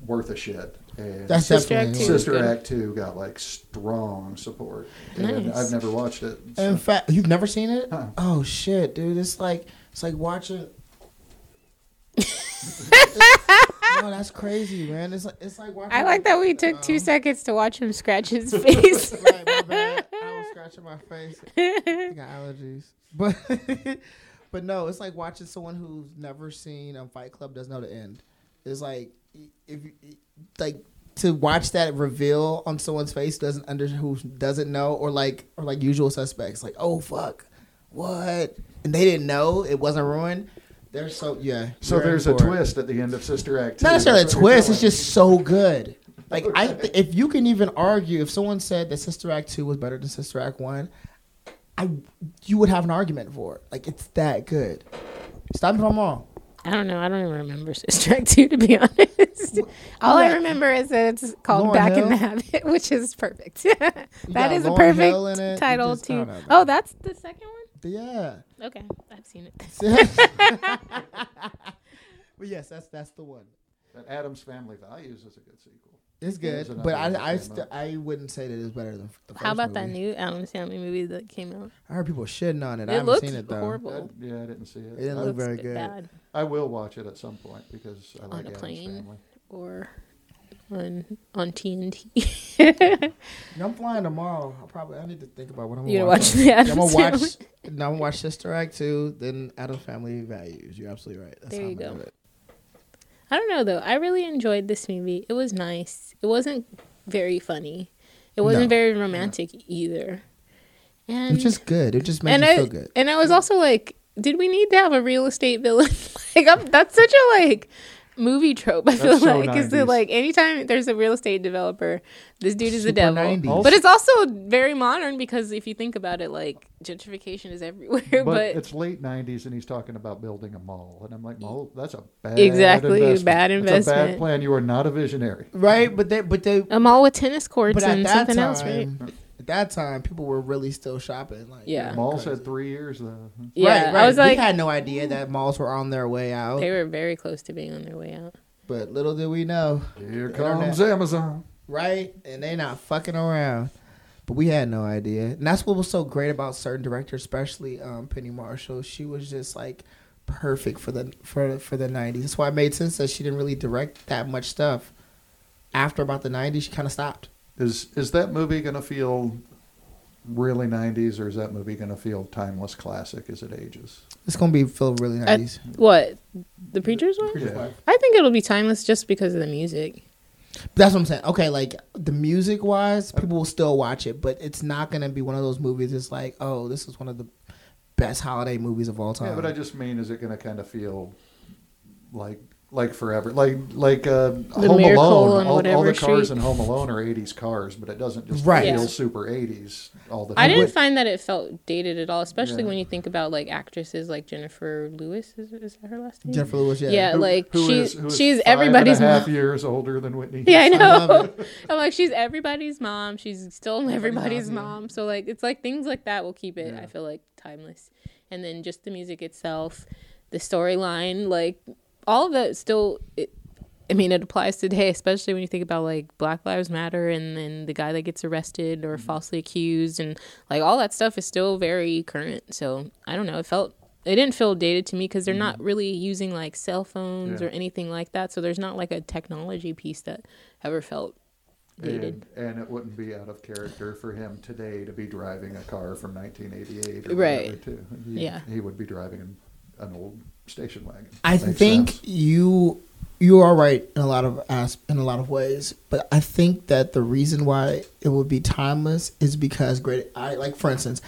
[SPEAKER 3] worth a shit, and
[SPEAKER 2] That's
[SPEAKER 1] Sister Act
[SPEAKER 2] definitely.
[SPEAKER 1] two.
[SPEAKER 3] Sister
[SPEAKER 1] Good.
[SPEAKER 3] Act Two got like strong support, and
[SPEAKER 1] Nice.
[SPEAKER 3] I've never watched it. so-
[SPEAKER 2] In fact, you've never seen it?
[SPEAKER 3] Uh-uh.
[SPEAKER 2] Oh shit, dude! It's like it's like
[SPEAKER 1] (laughs)
[SPEAKER 2] watching. no, that's crazy, man. It's like it's like watching.
[SPEAKER 1] I like that we took two
[SPEAKER 2] Um,
[SPEAKER 1] seconds to watch him scratch his (laughs) face.
[SPEAKER 2] Right, my bad. I was scratching my face. I got allergies, but (laughs) but no, it's like watching someone who's never seen a Fight Club doesn't know the end. It's like if you- like to watch that reveal on someone's face doesn't under who doesn't know or like or like usual suspects like oh fuck what and they didn't know it wasn't ruined. They're so yeah.
[SPEAKER 3] so
[SPEAKER 2] you're in
[SPEAKER 3] there's a
[SPEAKER 2] for it.
[SPEAKER 3] twist at the end of Sister Act. 2.
[SPEAKER 2] Not necessarily a
[SPEAKER 3] That's what you're
[SPEAKER 2] twist. It's
[SPEAKER 3] telling
[SPEAKER 2] just so good. Like I, th- if you can even argue, if someone said that Sister Act two was better than Sister Act one, I, you would have an argument for it. Like it's that good. Stop me if I'm wrong.
[SPEAKER 1] I don't know. I don't even remember Sister Act 2, to be honest. (laughs) All I
[SPEAKER 2] yeah.
[SPEAKER 1] remember is that it's called
[SPEAKER 2] Lauryn
[SPEAKER 1] Back in the
[SPEAKER 2] Hill?
[SPEAKER 1] Habit, (laughs) which is perfect. that
[SPEAKER 2] got
[SPEAKER 1] is a
[SPEAKER 2] Lauryn
[SPEAKER 1] perfect
[SPEAKER 2] Hill in it. You
[SPEAKER 1] title,
[SPEAKER 2] just- I
[SPEAKER 1] too.
[SPEAKER 2] don't know, man.
[SPEAKER 1] Oh, that's the second one?
[SPEAKER 2] But yeah. (laughs)
[SPEAKER 1] Okay. I've seen it.
[SPEAKER 2] but yes, that's that's the one.
[SPEAKER 3] me. That Adam's Family Values is a good sequel. There's
[SPEAKER 2] It's good,
[SPEAKER 3] another
[SPEAKER 2] but
[SPEAKER 3] one that
[SPEAKER 2] I I,
[SPEAKER 3] came
[SPEAKER 2] st-
[SPEAKER 3] out.
[SPEAKER 2] I wouldn't say that it's better than the first
[SPEAKER 1] How about that
[SPEAKER 2] movie.
[SPEAKER 1] new Adam's Family movie that came out?
[SPEAKER 2] I heard people shitting on it. I
[SPEAKER 1] It
[SPEAKER 2] haven't
[SPEAKER 1] looked
[SPEAKER 2] seen it though.
[SPEAKER 1] horrible.
[SPEAKER 3] I- yeah, I didn't see
[SPEAKER 2] It didn't
[SPEAKER 3] it.
[SPEAKER 2] look
[SPEAKER 1] Looks
[SPEAKER 2] very
[SPEAKER 1] bit
[SPEAKER 2] good.
[SPEAKER 1] bad.
[SPEAKER 3] I, I will watch it at some point because I like
[SPEAKER 1] a
[SPEAKER 3] Adam's
[SPEAKER 1] plane.
[SPEAKER 3] Family.
[SPEAKER 1] Or on on (laughs) TNT.
[SPEAKER 2] You know, I'm flying tomorrow. I probably I need to think about what I'm
[SPEAKER 1] you
[SPEAKER 2] gonna
[SPEAKER 1] know,
[SPEAKER 2] watch.
[SPEAKER 1] watch the
[SPEAKER 2] Yeah,
[SPEAKER 1] Adam's
[SPEAKER 2] I'm gonna
[SPEAKER 1] Family.
[SPEAKER 2] watch. No, I'm gonna watch Sister Act two, then Adult Family Values. You're absolutely right. That's
[SPEAKER 1] There
[SPEAKER 2] how
[SPEAKER 1] you
[SPEAKER 2] I'm gonna
[SPEAKER 1] go.
[SPEAKER 2] do it.
[SPEAKER 1] I don't know though. I really enjoyed this movie. It was nice. It wasn't very funny. It wasn't
[SPEAKER 2] No.
[SPEAKER 1] very romantic either. And
[SPEAKER 2] It's just good. It just makes
[SPEAKER 1] and
[SPEAKER 2] you
[SPEAKER 1] I
[SPEAKER 2] feel good.
[SPEAKER 1] and I was also like, did we need to have a real estate villain? (laughs) like, I'm, that's such a like movie trope. I feel
[SPEAKER 3] That's so
[SPEAKER 1] like is that
[SPEAKER 3] 90s.
[SPEAKER 1] like anytime there's a real estate developer, this dude is the
[SPEAKER 2] Super
[SPEAKER 1] devil.
[SPEAKER 2] 90s.
[SPEAKER 1] But it's also very modern because if you think about it, like gentrification is everywhere. (laughs) But,
[SPEAKER 3] But, it's late '90s, and he's talking about building a mall, and I'm like, "Mall? That's a bad
[SPEAKER 1] Exactly,
[SPEAKER 3] investment.
[SPEAKER 1] bad
[SPEAKER 3] It's a
[SPEAKER 1] investment.
[SPEAKER 3] bad plan. You are not a visionary."
[SPEAKER 2] Right, but they, but they,
[SPEAKER 1] a mall with tennis courts
[SPEAKER 2] but at
[SPEAKER 1] and
[SPEAKER 2] that
[SPEAKER 1] something
[SPEAKER 2] time,
[SPEAKER 1] else, right?
[SPEAKER 2] at that time, people were really still shopping. Like
[SPEAKER 1] Yeah.
[SPEAKER 2] crazy.
[SPEAKER 3] Malls had three years though.
[SPEAKER 1] Yeah,
[SPEAKER 2] right,
[SPEAKER 1] I was like,
[SPEAKER 2] we had no idea that malls were on their way out.
[SPEAKER 1] They were very close to being on their way out.
[SPEAKER 2] But little did we know,
[SPEAKER 3] Here
[SPEAKER 2] comes
[SPEAKER 3] comes Amazon.
[SPEAKER 2] right? And they not fucking around. But we had no idea, and that's what was so great about certain directors, especially um, Penny Marshall. She was just like perfect for the for for the '90s. That's why it made sense that she didn't really direct that much stuff. After about the '90s, she kind of stopped.
[SPEAKER 3] Is is that movie gonna feel really 90s, or is that movie going to feel timeless classic as it ages?
[SPEAKER 2] It's gonna be feel really
[SPEAKER 1] I-
[SPEAKER 2] nineties.
[SPEAKER 1] What the preacher's one?
[SPEAKER 3] Yeah.
[SPEAKER 1] I think it'll be timeless just because of the music.
[SPEAKER 2] That's what I'm saying. Okay, like the music wise, people will still watch it, but it's not gonna be one of those movies. It's like, oh, this is one of the best holiday movies of all time.
[SPEAKER 3] Yeah, but I just mean, is it going to kind of feel like like forever, like like uh, Home
[SPEAKER 1] Miracle
[SPEAKER 3] Alone?
[SPEAKER 1] on
[SPEAKER 3] All, all
[SPEAKER 1] whatever
[SPEAKER 3] the cars
[SPEAKER 1] street.
[SPEAKER 3] in Home Alone are '80s cars, but it doesn't just
[SPEAKER 2] Right.
[SPEAKER 3] feel
[SPEAKER 1] Yeah.
[SPEAKER 3] super '80s all the time.
[SPEAKER 1] I didn't
[SPEAKER 2] would-
[SPEAKER 1] find that it felt dated at all, especially
[SPEAKER 3] Yeah.
[SPEAKER 1] when you think about like actresses like Jennifer Lewis. Is, is that her last name?
[SPEAKER 2] Jennifer Lewis, yeah.
[SPEAKER 1] Yeah, like
[SPEAKER 3] Who
[SPEAKER 1] she,
[SPEAKER 3] is- who is
[SPEAKER 1] she's
[SPEAKER 3] five and a
[SPEAKER 1] everybody's
[SPEAKER 3] half
[SPEAKER 1] mom.
[SPEAKER 3] years older than Whitney.
[SPEAKER 1] (laughs) (laughs) Yeah, I know.
[SPEAKER 2] love
[SPEAKER 1] (laughs) I'm like, she's everybody's mom. She's still everybody's
[SPEAKER 2] yeah.
[SPEAKER 1] mom. So like, it's like things like that will keep it.
[SPEAKER 3] Yeah.
[SPEAKER 1] I feel like timeless. And then just the music itself, the storyline, like all of that still. It, I mean, it applies today, especially when you think about like Black Lives Matter and then the guy that gets arrested or falsely accused and like all that stuff is still very current. So I don't know. It felt it didn't feel dated to me because they're not really using like cell phones
[SPEAKER 3] Yeah.
[SPEAKER 1] or anything like that. So there's not like a technology piece that ever felt dated.
[SPEAKER 3] And, and it wouldn't be out of character for him today to be driving a car from 1988. Or
[SPEAKER 1] Right.
[SPEAKER 3] Whatever, too. He,
[SPEAKER 1] Yeah.
[SPEAKER 3] He would be driving an, an old station wagon.
[SPEAKER 2] I
[SPEAKER 3] Makes
[SPEAKER 2] think
[SPEAKER 3] sense.
[SPEAKER 2] you you are right in a lot of as in a lot of ways, but I think that the reason why it would be timeless is because great. I like for instance,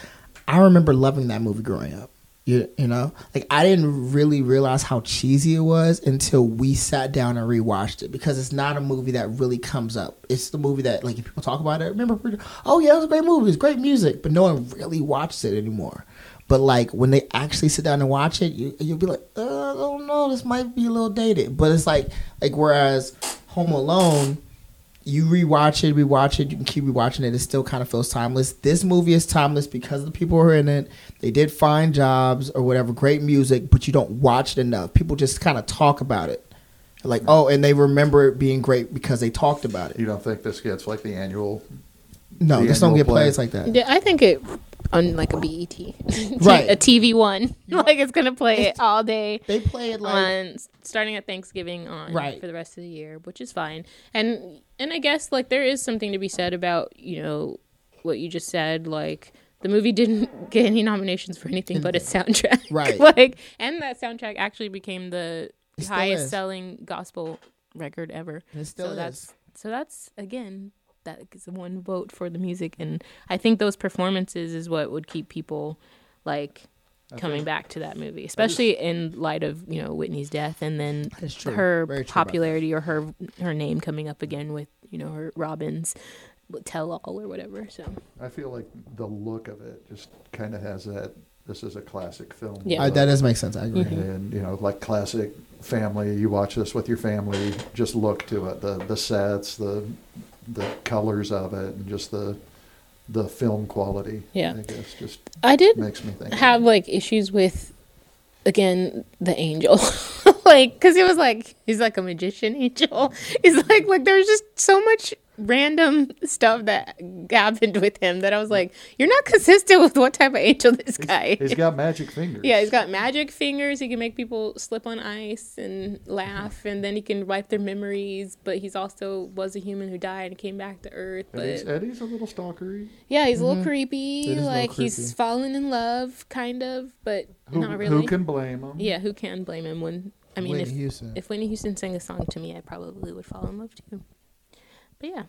[SPEAKER 2] I remember loving that movie growing up. You, you know, like I didn't really realize how cheesy it was until we sat down and rewatched it because it's not a movie that really comes up. It's the movie that like if people talk about it, remember, oh yeah, it was a great movie, it's great music, but no one really watches it anymore. But like when they actually sit down and watch it, you you'll be like, uh, I don't know, this might be a little dated. But it's like like whereas Home Alone, you rewatch it, rewatch it, you can keep rewatching it. It still kind of feels timeless. This movie is timeless because the people who are in it. They did fine jobs or whatever, great music, but you don't watch it enough. People just kind of talk about it, like oh, and they remember it being great because they talked about it.
[SPEAKER 3] You don't think this gets like the annual?
[SPEAKER 2] No,
[SPEAKER 3] The
[SPEAKER 2] this don't
[SPEAKER 3] annual
[SPEAKER 2] get
[SPEAKER 3] play.
[SPEAKER 2] plays like that.
[SPEAKER 1] Yeah, I think it on like a BET, (laughs)
[SPEAKER 2] Right.
[SPEAKER 1] a TV one. (laughs) like it's gonna play it all day
[SPEAKER 2] They play it like
[SPEAKER 1] on starting at Thanksgiving on
[SPEAKER 2] Right.
[SPEAKER 1] for the rest of the year, which is fine. And and I guess like there is something to be said about you know what you just said, like. The movie didn't (laughs) get any nominations for anything but its soundtrack, (laughs)
[SPEAKER 2] Right.
[SPEAKER 1] like, and that soundtrack actually became the
[SPEAKER 2] It still is.
[SPEAKER 1] highest-selling gospel record ever
[SPEAKER 2] It still
[SPEAKER 1] so
[SPEAKER 2] is.
[SPEAKER 1] that's so that's again that is one vote for the music and i think those performances is what would keep people like coming back to that movie especially in light of you know whitney's death and then
[SPEAKER 2] That's true.
[SPEAKER 1] her
[SPEAKER 2] Very true about
[SPEAKER 1] popularity or her her name coming up again with you know her robbins tell all or whatever so
[SPEAKER 3] I feel like the look of it just kind of has that. This is a classic film.
[SPEAKER 1] Yeah.
[SPEAKER 2] I,
[SPEAKER 3] look.
[SPEAKER 2] Uh, that does make sense. I agree.
[SPEAKER 3] and you know like classic family you watch this with your family just look to it the the sets the the colors of it and just the the film quality
[SPEAKER 1] Yeah.
[SPEAKER 3] i guess just
[SPEAKER 1] i did
[SPEAKER 3] makes me think
[SPEAKER 1] have like issues with again the angel (laughs) like because it was like he's like a magician angel (laughs) he's like like there's just so much random stuff that happened with him that i was like you're not consistent with what type of angel this guy is
[SPEAKER 3] (laughs) he's got magic fingers
[SPEAKER 1] yeah he's got magic fingers he can make people slip on ice and laugh
[SPEAKER 2] Mm-hmm.
[SPEAKER 1] and then he can wipe their memories but he's also was a human who died and came back to earth
[SPEAKER 3] and he's,
[SPEAKER 1] but
[SPEAKER 3] and he's a little stalkery
[SPEAKER 1] yeah he's a little
[SPEAKER 2] It Mm-hmm. is
[SPEAKER 1] creepy
[SPEAKER 2] a little
[SPEAKER 1] like
[SPEAKER 2] creepy.
[SPEAKER 1] he's fallen in love kind of but
[SPEAKER 3] who,
[SPEAKER 1] not really
[SPEAKER 3] who can blame him
[SPEAKER 1] yeah, who can blame him when I mean
[SPEAKER 2] Whitney
[SPEAKER 1] if
[SPEAKER 2] Houston.
[SPEAKER 1] if Whitney Houston sang a song to me, I probably would fall in love too. But yeah.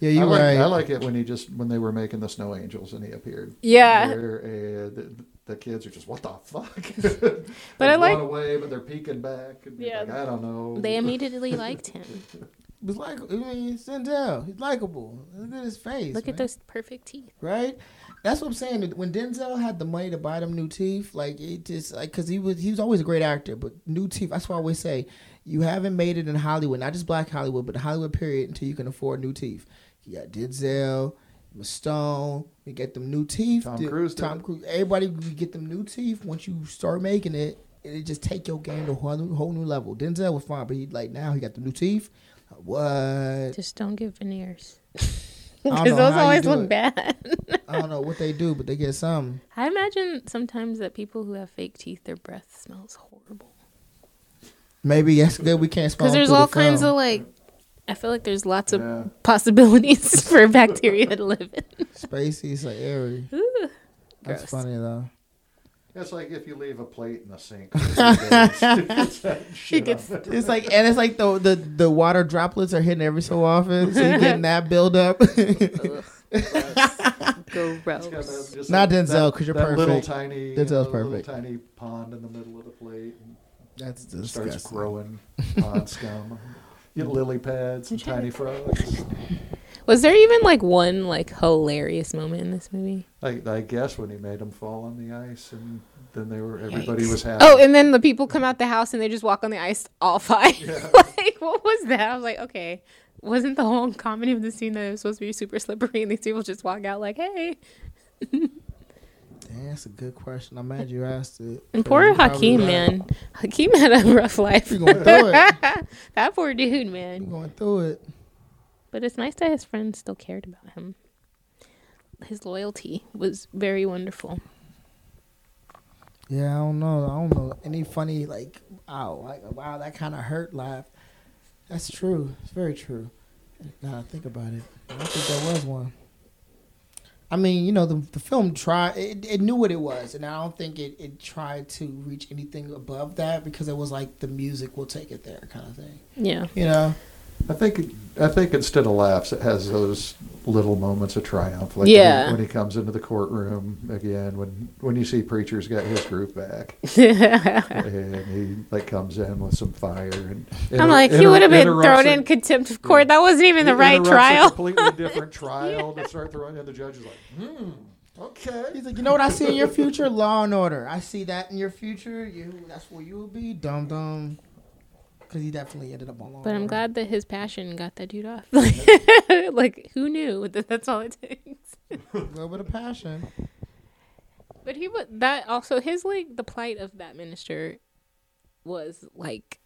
[SPEAKER 2] yeah, you're
[SPEAKER 3] I like,
[SPEAKER 2] right.
[SPEAKER 3] I like it when he just when they were making the snow angels and he appeared
[SPEAKER 1] Yeah.
[SPEAKER 3] Where, uh, the, the kids are just what the fuck
[SPEAKER 1] (laughs)
[SPEAKER 3] (laughs)
[SPEAKER 1] But
[SPEAKER 3] They
[SPEAKER 1] I like-
[SPEAKER 3] run away but they're peeking back and yeah
[SPEAKER 1] Yeah.
[SPEAKER 3] like, i don't know
[SPEAKER 1] They immediately liked
[SPEAKER 2] (laughs)
[SPEAKER 1] him.
[SPEAKER 2] It was like, I mean, Denzel, he's likable. Look at his face.
[SPEAKER 1] Look at
[SPEAKER 2] man.
[SPEAKER 1] those perfect teeth.
[SPEAKER 2] right? That's what I'm saying. When Denzel had the money to buy them new teeth, like it just like because he was he was always a great actor, but new teeth. That's why I always say you haven't made it in Hollywood, not just Black Hollywood, but Hollywood period until you can afford new teeth. You got Denzel, Emma Stone. We get them new teeth.
[SPEAKER 3] Tom
[SPEAKER 2] Dude,
[SPEAKER 3] Cruise did
[SPEAKER 2] Tom
[SPEAKER 3] it.
[SPEAKER 2] Cruise. Everybody we get them new teeth. Once you start making it, it just take your game to a whole new, whole new level. Denzel was fine, but he like now he got the new teeth. What?
[SPEAKER 1] Just don't give (laughs) veneers.
[SPEAKER 2] don't
[SPEAKER 1] Because
[SPEAKER 2] know
[SPEAKER 1] those
[SPEAKER 2] how you
[SPEAKER 1] always
[SPEAKER 2] do
[SPEAKER 1] look
[SPEAKER 2] it.
[SPEAKER 1] bad.
[SPEAKER 2] I don't know what they do, but they get some.
[SPEAKER 1] I imagine sometimes that people who have fake teeth, their breath smells horrible.
[SPEAKER 2] Maybe that's good. We can't smell
[SPEAKER 1] Because there's all kinds of like I feel like there's lots of
[SPEAKER 3] Yeah.
[SPEAKER 1] possibilities (laughs) for bacteria to live in.
[SPEAKER 2] Spacey's like airy.
[SPEAKER 1] Ooh,
[SPEAKER 2] That's
[SPEAKER 1] gross.
[SPEAKER 2] funny though.
[SPEAKER 3] It's like if you leave a plate in
[SPEAKER 1] (laughs)
[SPEAKER 3] the sink. (laughs)
[SPEAKER 1] (laughs)
[SPEAKER 3] she
[SPEAKER 1] It gets-
[SPEAKER 2] It's like and it's like the the, the water droplets are hitting every so often, so you're
[SPEAKER 1] (laughs)
[SPEAKER 2] getting that buildup.
[SPEAKER 1] Ugh. (laughs) Gross.
[SPEAKER 2] Not Denzel, 'cause you're
[SPEAKER 3] that Little
[SPEAKER 2] perfect.
[SPEAKER 3] tiny,
[SPEAKER 2] Denzel's
[SPEAKER 3] little,
[SPEAKER 2] perfect.
[SPEAKER 3] tiny pond in the middle of the plate. And
[SPEAKER 2] That's
[SPEAKER 3] it starts
[SPEAKER 2] disgusting. (laughs)
[SPEAKER 3] growing pond scum. You get lily pads and tiny frogs.
[SPEAKER 1] Was there even like one like hilarious moment in this movie?
[SPEAKER 3] I, I guess when he made them fall on the ice, and then they were everybody
[SPEAKER 1] Yikes.
[SPEAKER 3] was happy.
[SPEAKER 1] Oh, and then the people come out the house and they just walk on the ice all fine. (laughs) like, what was that? I was like, okay. Wasn't the whole comedy of the scene that it was supposed to be super slippery and these people just walk out like, hey?
[SPEAKER 2] Damn, that's a good question. I'm mad you asked it.
[SPEAKER 1] And poor
[SPEAKER 2] You probably
[SPEAKER 1] Hakeem,
[SPEAKER 2] right.
[SPEAKER 1] man. Hakeem had a rough life.
[SPEAKER 2] You going through it?
[SPEAKER 1] (laughs) that poor dude,
[SPEAKER 2] You
[SPEAKER 1] man.
[SPEAKER 2] going through it?
[SPEAKER 1] But it's nice that his friends still cared about him. His loyalty was very wonderful.
[SPEAKER 2] Yeah, I don't know. I don't know any funny like wow, like wow, that kind of hurt laugh. That's true. It's very true. Now that I think about it, I don't think there was one. I mean, you know, the the film tried. It, it knew what it was, and I don't think it, it tried to reach anything above that because it was like the music will take it there kind of thing. (laughs)
[SPEAKER 1] Yeah.
[SPEAKER 2] You know,
[SPEAKER 3] I think I think instead of laughs, it has those little moments of triumph. Like
[SPEAKER 1] Yeah.
[SPEAKER 3] when, he- when he comes into the courtroom again, when when you see preacher's got his
[SPEAKER 1] (laughs)
[SPEAKER 3] group back, and he like comes in with some fire, and
[SPEAKER 1] I'm like, he would have been thrown in contempt of court. That wasn't even the right
[SPEAKER 3] A
[SPEAKER 1] trial.
[SPEAKER 3] completely
[SPEAKER 1] (laughs)
[SPEAKER 3] different trial to start throwing, and the judge is like, hmm, okay.
[SPEAKER 2] he's like, you know what I see in your future, Law and Order. I see that in your future. You, that's where you will be, dum dum. Because he definitely ended up on Law. and
[SPEAKER 1] But I'm
[SPEAKER 2] Order.
[SPEAKER 1] glad that his passion got that dude off. (laughs) like, who knew that that's all it takes?
[SPEAKER 2] Go with a passion.
[SPEAKER 1] But he was that also his like the plight of that minister was like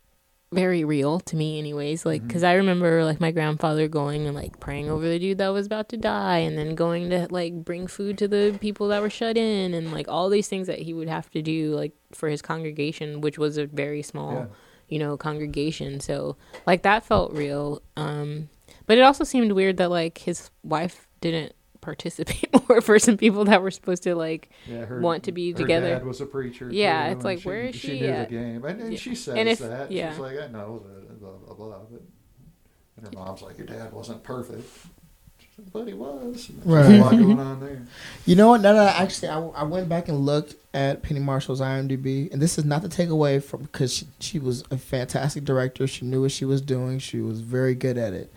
[SPEAKER 1] very real to me, anyways. Like, because I remember like my grandfather going and like praying over the dude that was about to die, and then going to like bring food to the people that were shut in, and like all these things that he would have to do like for his congregation, which was a very small.
[SPEAKER 3] Yeah.
[SPEAKER 1] you know congregation so like that felt real um but it also seemed weird that like his wife didn't (laughs) participate more for some people that were supposed to like
[SPEAKER 3] Yeah, her,
[SPEAKER 1] want to be
[SPEAKER 3] her
[SPEAKER 1] together.
[SPEAKER 3] Dad was a preacher.
[SPEAKER 1] Yeah,
[SPEAKER 3] too,
[SPEAKER 1] it's
[SPEAKER 3] and
[SPEAKER 1] like,
[SPEAKER 3] she,
[SPEAKER 1] where is
[SPEAKER 3] she?
[SPEAKER 1] she
[SPEAKER 3] knew
[SPEAKER 1] at?
[SPEAKER 3] the game, and, and she says
[SPEAKER 1] if-
[SPEAKER 3] that.
[SPEAKER 1] yeah.
[SPEAKER 3] She's like, I know that, and blah blah blah. But, and her mom's like, your dad wasn't perfect, She's like, but he was. And There's
[SPEAKER 2] Right.
[SPEAKER 3] a lot
[SPEAKER 2] (laughs)
[SPEAKER 3] going on there.
[SPEAKER 2] You know what? Now that I actually, I, I went back and looked at Penny Marshall's IMDb, and this is not to take away from because she, she was a fantastic director. She knew what she was doing. She was very good at it.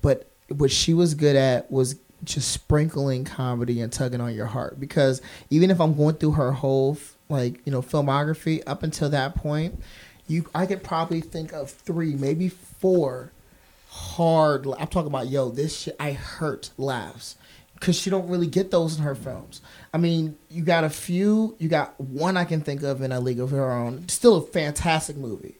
[SPEAKER 2] But what she was good at was just sprinkling comedy and tugging on your heart. Because even if I'm going through her whole like you know filmography up until that point, you I could probably think of three, maybe four hard. la- I'm talking about yo, this shit. I hurt laughs because she don't really get those in her films. I mean, you got a few. You got one I can think of in A League of Her Own. Still a fantastic movie,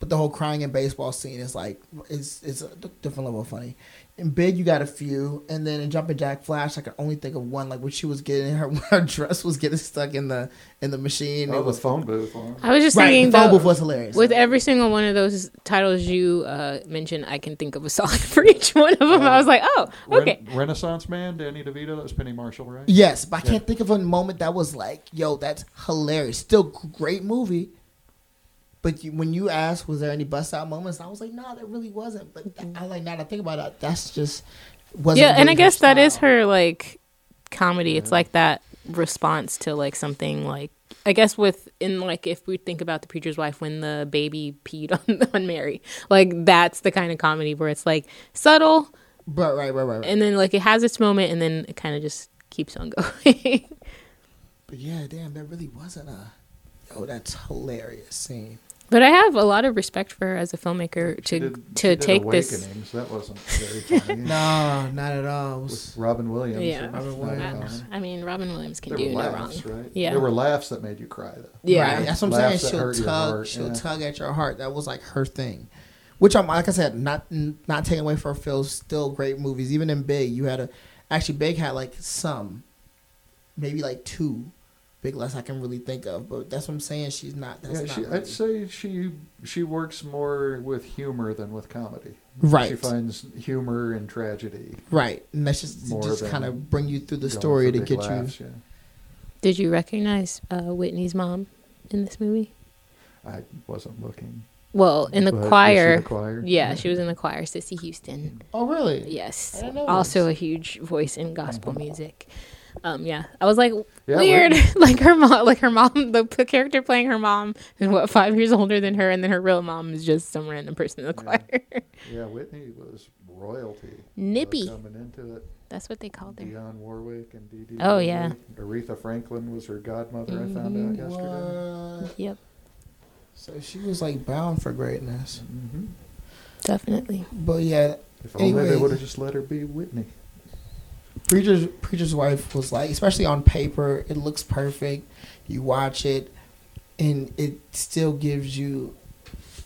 [SPEAKER 2] but the whole crying in baseball scene is like is is a d- different level of funny. In Big, you got a few, and then in Jumping Jack Flash, I can only think of one. Like when she was getting her (laughs) when her dress was getting stuck in the in the machine.
[SPEAKER 3] Oh,
[SPEAKER 2] it
[SPEAKER 3] the
[SPEAKER 2] was
[SPEAKER 3] phone booth. huh?
[SPEAKER 1] i was just
[SPEAKER 2] right.
[SPEAKER 1] thinking
[SPEAKER 2] The phone
[SPEAKER 1] that
[SPEAKER 2] booth was hilarious.
[SPEAKER 1] with every single one of those titles you uh mentioned i can think of a song (laughs) for each one of them i was like oh
[SPEAKER 3] Ren-
[SPEAKER 1] okay
[SPEAKER 3] Renaissance man, Danny DeVito. That was Penny Marshall, right?
[SPEAKER 2] Yes, but I can't think of a moment that was like, yo, that's hilarious. Still g- great movie. But you, when you asked, was there any bust out moments? I was like, nah, there really wasn't. But I like now that I think about it, that's just wasn't.
[SPEAKER 1] yeah and
[SPEAKER 2] really
[SPEAKER 1] i guess that is
[SPEAKER 2] style.
[SPEAKER 1] her like comedy it's like that response to like something like i guess with in like if we think about the preacher's wife when the baby peed on, (laughs) on mary like that's the kind of comedy where it's like subtle
[SPEAKER 2] But right, right, right, right.
[SPEAKER 1] and then like it has its moment and then it kind of just keeps on (laughs) going
[SPEAKER 2] but yeah, damn, there really wasn't a. Yo, that's hilarious scene.
[SPEAKER 1] but i have a lot of respect for her as a filmmaker
[SPEAKER 3] She
[SPEAKER 1] to
[SPEAKER 3] did- she
[SPEAKER 1] to
[SPEAKER 3] did
[SPEAKER 1] take this
[SPEAKER 3] Awakenings. That wasn't very funny.
[SPEAKER 1] (laughs)
[SPEAKER 2] No, not at all. It
[SPEAKER 3] With
[SPEAKER 2] was-
[SPEAKER 3] Robin Williams.
[SPEAKER 1] Yeah.
[SPEAKER 3] it was
[SPEAKER 2] Robin
[SPEAKER 3] not
[SPEAKER 2] Williams.
[SPEAKER 3] funny.
[SPEAKER 1] i mean robin williams can
[SPEAKER 3] There
[SPEAKER 1] do
[SPEAKER 3] were
[SPEAKER 1] no wrong
[SPEAKER 3] laughs, right?
[SPEAKER 1] Yeah.
[SPEAKER 3] There were laughs that made you cry, though.
[SPEAKER 1] yeah
[SPEAKER 2] Right, That's what I'm
[SPEAKER 3] Laughs that
[SPEAKER 2] saying. She'll
[SPEAKER 3] hurt your
[SPEAKER 2] tug.
[SPEAKER 3] heart,
[SPEAKER 2] she'll
[SPEAKER 3] yeah.
[SPEAKER 2] tug at your heart. That was like her thing, which I'm like I said, not n- not taking away from Phil's still great movies. Even in Big, you had a actually Big had like some, maybe like two big less I can really think of. But that's what I'm saying. She's not. That's
[SPEAKER 3] Yeah,
[SPEAKER 2] not
[SPEAKER 3] she,
[SPEAKER 2] really-
[SPEAKER 3] I'd say she she works more with humor than with comedy. She
[SPEAKER 2] Right.
[SPEAKER 3] finds humor and tragedy.
[SPEAKER 2] right. And that's just to
[SPEAKER 3] More
[SPEAKER 2] just
[SPEAKER 3] than
[SPEAKER 2] kind of bring you through the
[SPEAKER 3] going
[SPEAKER 2] story
[SPEAKER 3] for
[SPEAKER 2] to
[SPEAKER 3] big
[SPEAKER 2] get
[SPEAKER 3] laughs, Yeah.
[SPEAKER 1] Did you recognize uh, Whitney's mom in this movie?
[SPEAKER 3] I wasn't looking.
[SPEAKER 1] Well, in the
[SPEAKER 3] but was she
[SPEAKER 1] choir.
[SPEAKER 3] the choir?
[SPEAKER 1] Yeah, she was in the choir, Sissy Houston.
[SPEAKER 2] you. Oh really?
[SPEAKER 1] Yes.
[SPEAKER 2] I know
[SPEAKER 1] Also a huge voice in gospel music. Um, yeah. I was like
[SPEAKER 3] Yeah,
[SPEAKER 1] weird. (laughs) like her mom like her mom the p- character playing her mom and what five years older than her and then her real mom is just some random person in the
[SPEAKER 3] Yeah.
[SPEAKER 1] choir. (laughs)
[SPEAKER 3] Yeah, Whitney was royalty.
[SPEAKER 1] Nippy.
[SPEAKER 3] Coming into it,
[SPEAKER 1] That's what they called her.
[SPEAKER 3] Dionne Warwick and Dee Dee.
[SPEAKER 1] Oh, yeah. Mm-hmm.
[SPEAKER 3] Warwick. Aretha Franklin was her godmother. I found out yesterday.
[SPEAKER 2] What?
[SPEAKER 1] Yep.
[SPEAKER 2] So she was like bound for greatness.
[SPEAKER 3] hmm
[SPEAKER 1] Definitely.
[SPEAKER 2] But yeah,
[SPEAKER 3] If only they
[SPEAKER 2] Anyway.
[SPEAKER 3] would have just let her be Whitney.
[SPEAKER 2] preacher's preacher's wife was like, especially on paper, it looks perfect. You watch it, and it still gives you.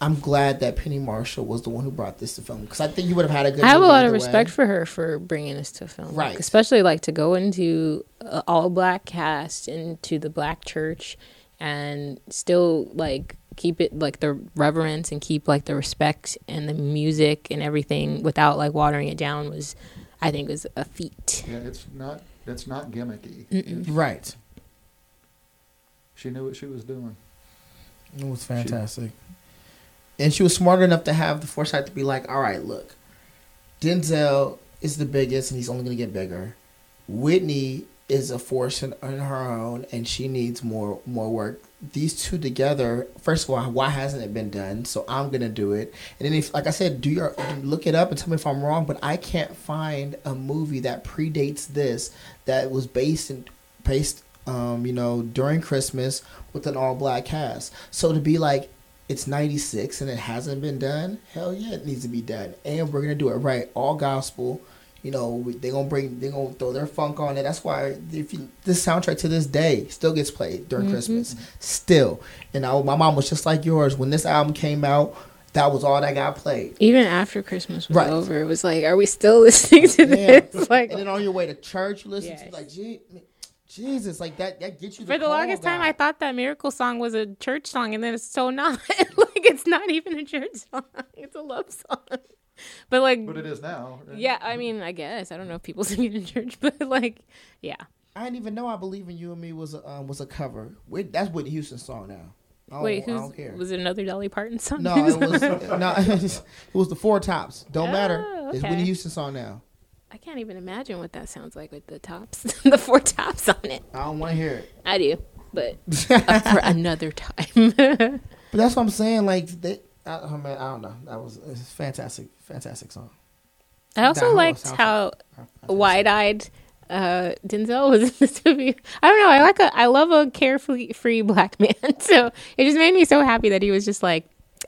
[SPEAKER 2] I'm glad that Penny Marshall was the one who brought this to film because I think you would have had a good.
[SPEAKER 1] I have a
[SPEAKER 2] movie
[SPEAKER 1] lot of
[SPEAKER 2] either
[SPEAKER 1] respect
[SPEAKER 2] way.
[SPEAKER 1] for her for bringing us to film,
[SPEAKER 2] Right.
[SPEAKER 1] Especially like to go into a all black cast into the black church, and still like keep it like the reverence and keep like the respect and the music and everything without like watering it down was, I think, was a feat.
[SPEAKER 3] Yeah, it's not. It's not gimmicky.
[SPEAKER 2] Right,
[SPEAKER 3] She knew what she was doing.
[SPEAKER 2] it was fantastic, and she was smart enough to have the foresight to be like, all right, look, Denzel is the biggest, and he's only going to get bigger. Whitney is a force in, on her own, and she needs more more work. These two together, first of all, why hasn't it been done? So I'm gonna do it. And then, if like I said, do your look it up and tell me if I'm wrong. But I can't find a movie that predates this that was based in based, um, you know, during Christmas with an all black cast. So to be like, it's 96 and it hasn't been done hell yeah it needs to be done and we're gonna do it right all gospel you know we- they gonna bring they gonna throw their funk on it that's why if you this soundtrack to this day still gets played
[SPEAKER 1] Mm-hmm.
[SPEAKER 2] during christmas still and I, my mom was just like yours when this album came out that was all that
[SPEAKER 1] (laughs)
[SPEAKER 2] got played
[SPEAKER 1] Even after Christmas was
[SPEAKER 2] Right.
[SPEAKER 1] over, it was like, are we still (laughs) listening to
[SPEAKER 2] Yeah.
[SPEAKER 1] this? (laughs) Like
[SPEAKER 2] and then on your way to church you listen
[SPEAKER 1] Yes.
[SPEAKER 2] to like Je- jesus like that that gets you
[SPEAKER 1] For the
[SPEAKER 2] call,
[SPEAKER 1] longest time, I
[SPEAKER 2] God.
[SPEAKER 1] thought that miracle song was a church song, and then it's so not. (laughs) like it's not even a church song; (laughs) it's a love song. But like,
[SPEAKER 3] But it is now. right?
[SPEAKER 1] yeah, I mean, I guess I don't know if people (laughs) sing it in church, but like, yeah,
[SPEAKER 2] i didn't even know i believe in you and me was a um, was a cover Whit- that's whitney houston's song now I don't-
[SPEAKER 1] wait,
[SPEAKER 2] Oh, I
[SPEAKER 1] who's
[SPEAKER 2] don't care.
[SPEAKER 1] was it another Dolly Parton song? (laughs)
[SPEAKER 2] No, it was (laughs) no, it was the Four Tops. Don't
[SPEAKER 1] Oh,
[SPEAKER 2] matter. It's
[SPEAKER 1] okay.
[SPEAKER 2] Whitney Houston song now.
[SPEAKER 1] I can't even imagine what that sounds like with the tops, (laughs) the four tops on it.
[SPEAKER 2] I don't want to hear (laughs) it.
[SPEAKER 1] I do, but
[SPEAKER 2] (laughs)
[SPEAKER 1] up for another time. (laughs)
[SPEAKER 2] But that's what I'm saying. Like, they, I, oh man, I don't know. That was it's a fantastic, fantastic song.
[SPEAKER 1] I also
[SPEAKER 2] whole
[SPEAKER 1] liked
[SPEAKER 2] soundtrack.
[SPEAKER 1] how wide-eyed uh, Denzel was (laughs) in this movie. I don't know. I like a. I love a carefree free black man. (laughs) So it just made me so happy that he was just like,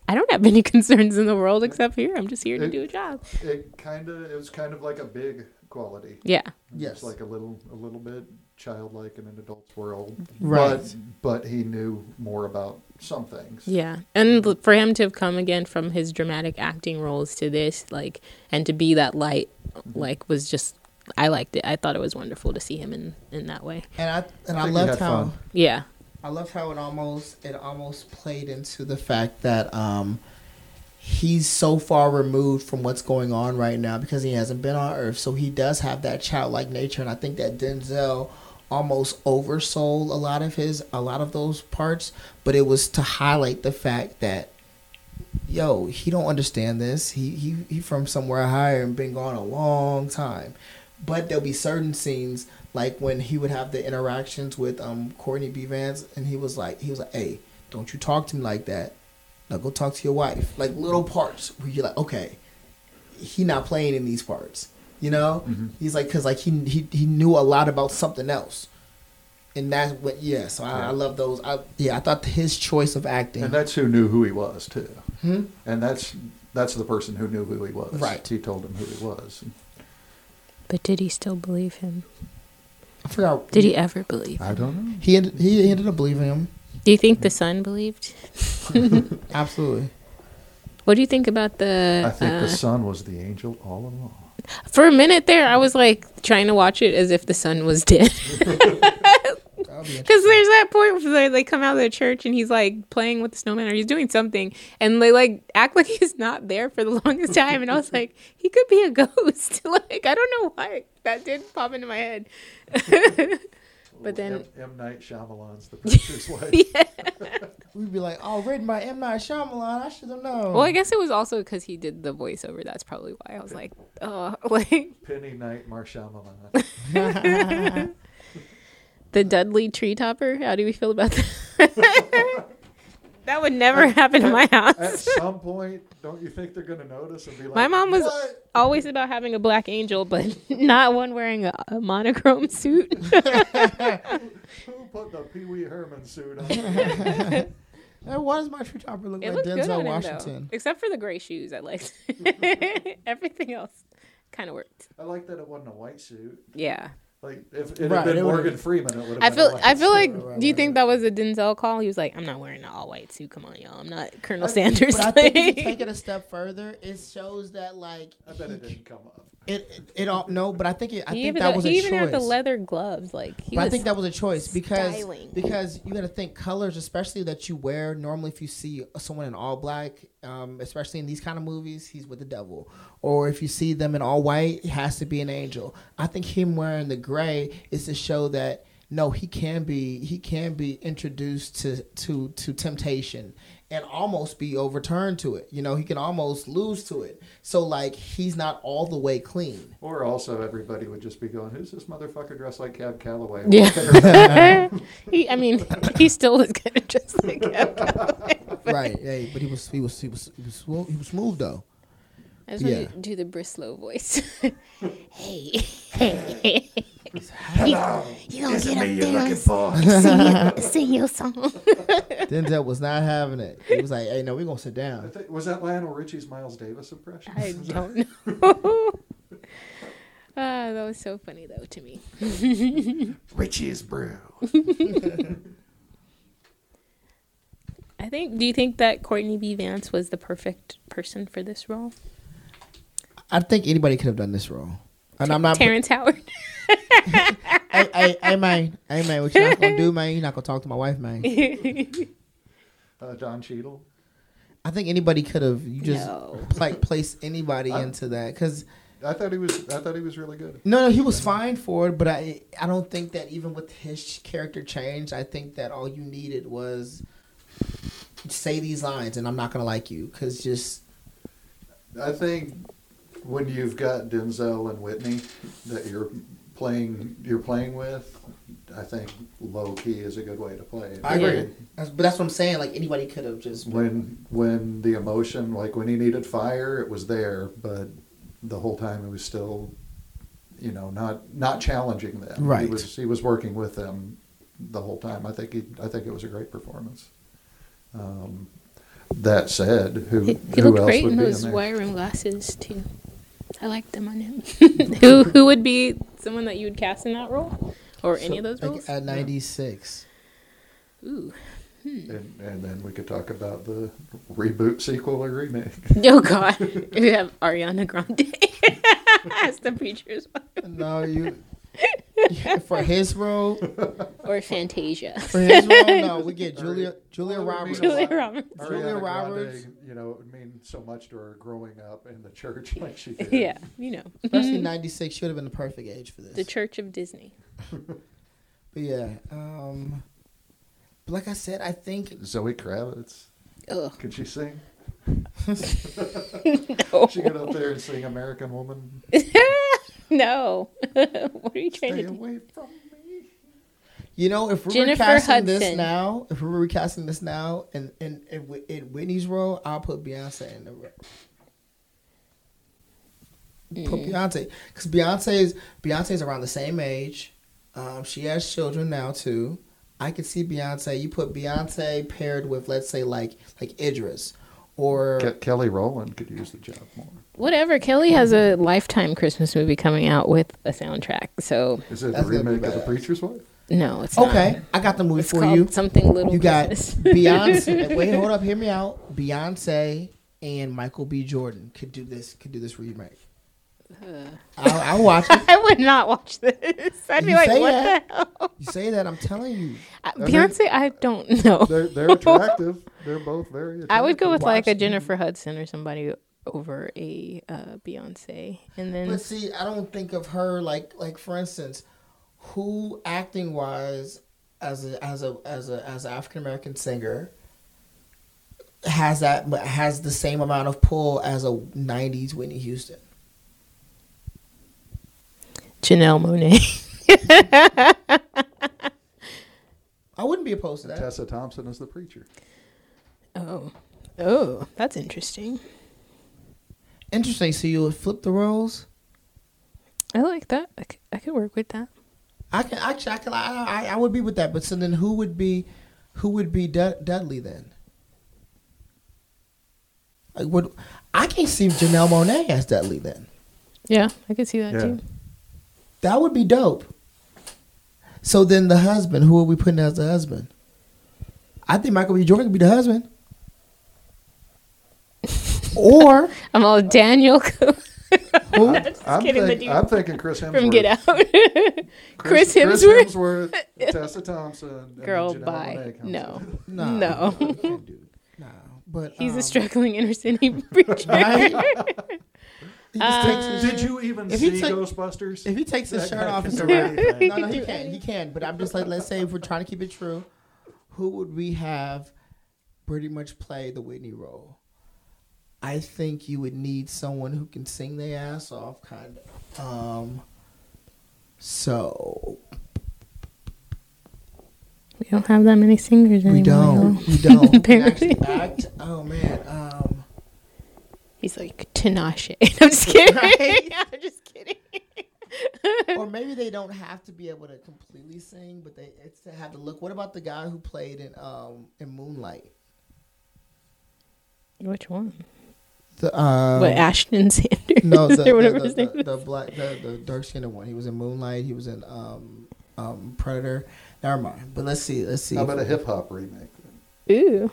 [SPEAKER 1] I don't have any (laughs) concerns in the world except here. I'm just here to do a job.
[SPEAKER 3] It kind of. It was kind of like a big quality.
[SPEAKER 1] Yeah.
[SPEAKER 2] Yes.
[SPEAKER 3] It's like a little, a little bit childlike in an adult's world.
[SPEAKER 2] Right.
[SPEAKER 3] But, but he knew more about some things.
[SPEAKER 1] Yeah. And l- for him to have come again from his dramatic acting roles to this, like, and to be that light, like, was just. I liked it. I thought it was wonderful to see him in in that way.
[SPEAKER 2] And I and
[SPEAKER 3] I
[SPEAKER 2] I,
[SPEAKER 3] think you
[SPEAKER 2] loved
[SPEAKER 3] had
[SPEAKER 2] how
[SPEAKER 3] fun.
[SPEAKER 1] Yeah.
[SPEAKER 2] I loved how it almost it almost played into the fact that um he's so far removed from what's going on right now because he hasn't been on Earth, so he does have that childlike nature, and I think that Denzel almost oversold a lot of his a lot of those parts, but it was to highlight the fact that yo, he don't understand this. He he he from somewhere higher and been gone a long time. But there'll be certain scenes like when he would have the interactions with um Courtney B. Vance and he was like he was like, Hey, don't you talk to me like that. Now go talk to your wife. Like little parts where you're like, Okay, he not playing in these parts. You know? He's like, cause like he, he he knew a lot about something else. And that's what yeah, so I, I love those. I yeah, I thought his choice of acting
[SPEAKER 3] And that's who knew who he was too.
[SPEAKER 2] Hmm?
[SPEAKER 3] And that's that's the person who knew who he was.
[SPEAKER 2] Right.
[SPEAKER 3] He told him who he was.
[SPEAKER 1] But did he still believe him?
[SPEAKER 2] I forgot
[SPEAKER 1] Did he ever believe?
[SPEAKER 3] I don't know.
[SPEAKER 2] He ended, he ended up believing him.
[SPEAKER 1] Do you think the son believed?
[SPEAKER 2] Absolutely.
[SPEAKER 1] What do you think about the?
[SPEAKER 3] I think
[SPEAKER 1] uh,
[SPEAKER 3] the son was the angel all along.
[SPEAKER 1] (laughs) for a minute there, I was like trying to watch it as if the sun was dead. (laughs) Because there's that point where they, they come out of the church and he's like playing with the snowman or he's doing something, and they like act like he's not there for the (laughs) longest time. And I was like, he could be a (laughs) ghost. like I don't know why that did pop into my head. (laughs) but then,
[SPEAKER 3] M, M. Night
[SPEAKER 1] (laughs)
[SPEAKER 3] Shyamalan's the preacher's wife.
[SPEAKER 1] yeah.
[SPEAKER 2] We'd be like, oh, written by M Night Shyamalan. I should have known. (laughs)
[SPEAKER 1] Well, I guess it was also because he did the voiceover. That's probably why I was like, oh, (laughs) like
[SPEAKER 3] Penny Night Marshyamalan.
[SPEAKER 1] (laughs) the Dudley tree topper. How do we feel about that? (laughs) that would never happen in my
[SPEAKER 3] At
[SPEAKER 1] house.
[SPEAKER 3] some point, don't you think they're going to notice and be like,
[SPEAKER 1] My mom was
[SPEAKER 3] "What?"
[SPEAKER 1] always about having a black angel, but (laughs) not one wearing a, a monochrome suit. (laughs)
[SPEAKER 3] Who put the Pee Wee Herman suit
[SPEAKER 2] (laughs)
[SPEAKER 3] on?
[SPEAKER 2] And why does my tree topper look
[SPEAKER 1] It
[SPEAKER 2] like
[SPEAKER 1] looked good
[SPEAKER 2] Denzel
[SPEAKER 1] on
[SPEAKER 2] Washington?
[SPEAKER 1] him though, except for the gray shoes. I liked (laughs) everything else. Kind of worked.
[SPEAKER 3] I like that it wasn't a white suit.
[SPEAKER 1] Yeah,
[SPEAKER 3] Like if it
[SPEAKER 2] Right,
[SPEAKER 3] had been
[SPEAKER 2] it would've-
[SPEAKER 3] Morgan Freeman, it would have.
[SPEAKER 1] I feel. I feel like.
[SPEAKER 2] right,
[SPEAKER 1] do you
[SPEAKER 2] right,
[SPEAKER 1] think that was a Denzel call? He was like, "I'm not wearing an all-white suit. Come on, y'all. I'm not Colonel
[SPEAKER 2] I-
[SPEAKER 1] Sanders."
[SPEAKER 2] But I think
[SPEAKER 1] (laughs)
[SPEAKER 2] if you
[SPEAKER 1] Like-
[SPEAKER 2] take it a step further, it shows that like
[SPEAKER 3] I bet
[SPEAKER 2] he-
[SPEAKER 3] it didn't come up.
[SPEAKER 2] it it all no, but I think it, I
[SPEAKER 1] he
[SPEAKER 2] think
[SPEAKER 1] even,
[SPEAKER 2] that
[SPEAKER 1] though-
[SPEAKER 2] was
[SPEAKER 1] he
[SPEAKER 2] a
[SPEAKER 1] even
[SPEAKER 2] choice.
[SPEAKER 1] had the leather gloves. Like he
[SPEAKER 2] but
[SPEAKER 1] was,
[SPEAKER 2] I think that was a choice because
[SPEAKER 1] styling.
[SPEAKER 2] because you got to think colors, especially that you wear. Normally, if you see someone in all black, um, especially in these kind of movies, he's with the devil. Or if you see them in all white, it has to be an angel. I think him wearing the gray is to show that no, he can be he can be introduced to to to temptation and almost be overturned to it. You know, he can almost lose to it. So like he's not all the
[SPEAKER 1] (laughs)
[SPEAKER 2] way clean.
[SPEAKER 3] Or also, everybody would just be going, "Who's this motherfucker dressed like Cab Calloway?"
[SPEAKER 1] Yeah. (laughs) he, I mean, he still was kind of just like
[SPEAKER 2] right. Hey, but he was he was he was he was smooth, he was smooth though.
[SPEAKER 1] I just want
[SPEAKER 2] Yeah.
[SPEAKER 1] to do the Brislow voice. (laughs) hey, hey, you, you gonna get up there and
[SPEAKER 3] for?
[SPEAKER 1] sing, your, sing your song?
[SPEAKER 2] Denzel was not having it. He was like, "Hey, no, we're gonna sit
[SPEAKER 3] I
[SPEAKER 2] down."
[SPEAKER 3] think- Was that Lionel Richie's Miles Davis impression?
[SPEAKER 1] I don't know. (laughs) Ah, that was so funny though to me.
[SPEAKER 3] (laughs) Richie's brew.
[SPEAKER 1] I think. Do you think that Courtney B. Vance was the perfect person for this role?
[SPEAKER 2] I think anybody could have done this role, and I'm not.
[SPEAKER 1] Terrence Howard.
[SPEAKER 2] Hey, hey, hey, man, hey, man, what you not gonna do, man? You're not gonna talk to my wife, man.
[SPEAKER 1] (laughs)
[SPEAKER 3] Uh, Don Cheadle.
[SPEAKER 2] I think anybody could have. You just
[SPEAKER 1] No.
[SPEAKER 2] like place anybody into that because
[SPEAKER 3] I thought he was. I thought he was really good.
[SPEAKER 2] no, no, he was fine for it, but I, I don't think that even with his character change, I think that all you needed was say these lines, and I'm not gonna like you because just
[SPEAKER 3] I think when you've got Denzel and Whitney that you're playing, you're playing with. I think low key is a good way to play. it.
[SPEAKER 2] I agree. That's, but that's what I'm saying. Like anybody could have just
[SPEAKER 3] When when the emotion, like when he needed fire, it was there, but the whole time it was still, you know, not not challenging them.
[SPEAKER 2] Right.
[SPEAKER 3] He was he was working with them the whole time. I think he I think it was a great performance. Um, that said, who
[SPEAKER 1] He, he
[SPEAKER 3] who
[SPEAKER 1] looked
[SPEAKER 3] else
[SPEAKER 1] great
[SPEAKER 3] would
[SPEAKER 1] in
[SPEAKER 3] be
[SPEAKER 1] those
[SPEAKER 3] there?
[SPEAKER 1] wire-rim glasses too. I liked them on
[SPEAKER 3] (laughs)
[SPEAKER 1] him. who who would be someone that you would cast in that role, or any of those roles?
[SPEAKER 2] like, at 96.
[SPEAKER 3] (laughs)
[SPEAKER 1] Ooh,
[SPEAKER 3] And, and then we could talk about the reboot, sequel, or remake.
[SPEAKER 1] oh god, (laughs) we have Ariana Grande (laughs) as the preacher's wife,
[SPEAKER 2] No, you for his role.
[SPEAKER 1] or Fantasia,
[SPEAKER 2] For his role, no, we get Julia Julia
[SPEAKER 3] Well, I mean,
[SPEAKER 2] Roberts.
[SPEAKER 1] Julia Roberts.
[SPEAKER 2] (laughs) Julia
[SPEAKER 3] Ariana
[SPEAKER 2] Roberts.
[SPEAKER 3] Grande, you know, it mean so much to her growing up in the church (laughs) like she did.
[SPEAKER 1] Yeah, you know
[SPEAKER 2] Especially 96, she would have been the perfect age for
[SPEAKER 1] the
[SPEAKER 2] this.
[SPEAKER 1] Church of Disney.
[SPEAKER 2] But yeah, um, but like I said, I think
[SPEAKER 3] Zoe Kravitz,
[SPEAKER 1] Ugh,
[SPEAKER 3] could she sing?
[SPEAKER 1] no, (laughs)
[SPEAKER 3] She got up there and sing "American Woman."
[SPEAKER 1] no. (laughs) what are you trying
[SPEAKER 3] Stay
[SPEAKER 1] to do?
[SPEAKER 3] away from me.
[SPEAKER 2] you know if we're
[SPEAKER 1] Jennifer
[SPEAKER 2] recasting this
[SPEAKER 1] Hudson.
[SPEAKER 2] now, if we're recasting this now, and and in, Whit- in Whitney's role, I'll put Beyonce in the role. Put
[SPEAKER 1] Mm.
[SPEAKER 2] Beyonce because Beyonce's Beyonce's around the same age. Um, she has children now too. I could see Beyonce. You put Beyonce paired with let's say like like Idris or
[SPEAKER 3] Ke- Kelly Rowland could use the job more.
[SPEAKER 1] Whatever. Kelly has a lifetime Christmas movie coming out with a soundtrack, so
[SPEAKER 3] Is it
[SPEAKER 2] That's
[SPEAKER 3] a
[SPEAKER 2] gonna be
[SPEAKER 3] remake of the
[SPEAKER 2] badass.
[SPEAKER 3] preacher's wife?
[SPEAKER 1] no, it's not.
[SPEAKER 2] okay. I got the movie
[SPEAKER 1] It's
[SPEAKER 2] for
[SPEAKER 1] called
[SPEAKER 2] you.
[SPEAKER 1] something little.
[SPEAKER 2] You
[SPEAKER 1] (laughs)
[SPEAKER 2] got
[SPEAKER 1] Business.
[SPEAKER 2] Beyonce. wait, hold up. Hear me out. Beyonce and Michael B. Jordan could do this. Could do this remake. I, will watch it.
[SPEAKER 1] I would not watch this. (laughs) I'd be
[SPEAKER 2] You
[SPEAKER 1] like,
[SPEAKER 2] say
[SPEAKER 1] what
[SPEAKER 2] that.
[SPEAKER 1] the hell?
[SPEAKER 2] You say that, I'm telling you.
[SPEAKER 1] Uh, Beyonce, I don't (laughs) know.
[SPEAKER 3] They're, they're attractive. they're both very attractive.
[SPEAKER 1] I would go with like a
[SPEAKER 2] Watch.
[SPEAKER 1] Jennifer Hudson or somebody over a uh, Beyonce, and then
[SPEAKER 2] But see, I don't think of her like like for instance, who acting wise as a as a as a as an African American singer has that but has the same amount of pull as a '90s Whitney Houston.
[SPEAKER 1] Janelle Monet. (laughs)
[SPEAKER 2] I wouldn't be opposed to that.
[SPEAKER 3] Tessa Thompson is
[SPEAKER 1] (laughs)
[SPEAKER 3] the preacher.
[SPEAKER 1] oh, oh, that's interesting.
[SPEAKER 2] Interesting. So you would flip the roles.
[SPEAKER 1] I like that. I c- I could work with that.
[SPEAKER 2] I can actually I can I, I I would be with that. But so then who would be who would be Dud- Dudley then? Like would I can't see Janelle Monae as Dudley then.
[SPEAKER 1] Yeah, I could see that
[SPEAKER 3] Yeah.
[SPEAKER 1] too.
[SPEAKER 2] That would be dope. So then the husband, who are we putting as the husband? I think Michael B. Jordan could be the husband.
[SPEAKER 1] (laughs)
[SPEAKER 2] or
[SPEAKER 1] I'm all Daniel (laughs) Co-
[SPEAKER 2] who?
[SPEAKER 3] I'm, I'm
[SPEAKER 1] kidding,
[SPEAKER 3] think-
[SPEAKER 1] but you-
[SPEAKER 3] I'm thinking Chris
[SPEAKER 1] (laughs)
[SPEAKER 3] Hemsworth.
[SPEAKER 1] from Get Out. Chris, Hemsworth.
[SPEAKER 3] Chris Hemsworth, Tessa Thompson. and then
[SPEAKER 1] (laughs) Girl,
[SPEAKER 3] Janelle
[SPEAKER 1] bye.
[SPEAKER 3] Monáe comes
[SPEAKER 1] No,
[SPEAKER 3] in.
[SPEAKER 1] (laughs)
[SPEAKER 2] Nah.
[SPEAKER 1] no.
[SPEAKER 2] Can't do it. Nah. But
[SPEAKER 1] He's
[SPEAKER 2] um,
[SPEAKER 1] a struggling inner city (laughs) preacher. (laughs)
[SPEAKER 2] Right? He just takes his-
[SPEAKER 3] Did you even
[SPEAKER 2] If you
[SPEAKER 3] see
[SPEAKER 2] take-
[SPEAKER 3] Ghostbusters?
[SPEAKER 2] If he takes his
[SPEAKER 3] That
[SPEAKER 2] shirt
[SPEAKER 3] guy
[SPEAKER 2] off,
[SPEAKER 3] can
[SPEAKER 2] it's a
[SPEAKER 3] do
[SPEAKER 2] wrap.
[SPEAKER 3] anything.
[SPEAKER 2] No, no, he can. He can. But I'm just like, let's say if we're trying to keep it true, who would we have pretty much play the Whitney role? I think you would need someone who can sing their ass off, kind of. Um, so
[SPEAKER 1] we don't have that many singers anymore.
[SPEAKER 2] we don't,
[SPEAKER 1] though.
[SPEAKER 2] we don't. We can
[SPEAKER 1] Apparently.
[SPEAKER 2] actually act. Oh man. Um,
[SPEAKER 1] He's like Tinashe. (laughs) I'm just kidding. (laughs) I'm just kidding.
[SPEAKER 2] or maybe they don't have to be able to completely sing, but they it's to have the look. What about the guy who played in um in Moonlight?
[SPEAKER 1] Which one?
[SPEAKER 2] The um,
[SPEAKER 1] what Ashton Sanders (laughs)
[SPEAKER 2] (laughs) No, the,
[SPEAKER 1] or whatever
[SPEAKER 2] the,
[SPEAKER 1] his name
[SPEAKER 2] the, the, the black, the, the dark skinned one. He was in Moonlight. He was in um, um, Predator. Never mind. But let's see. Let's see.
[SPEAKER 3] How about a hip hop remake?
[SPEAKER 1] is. Ooh.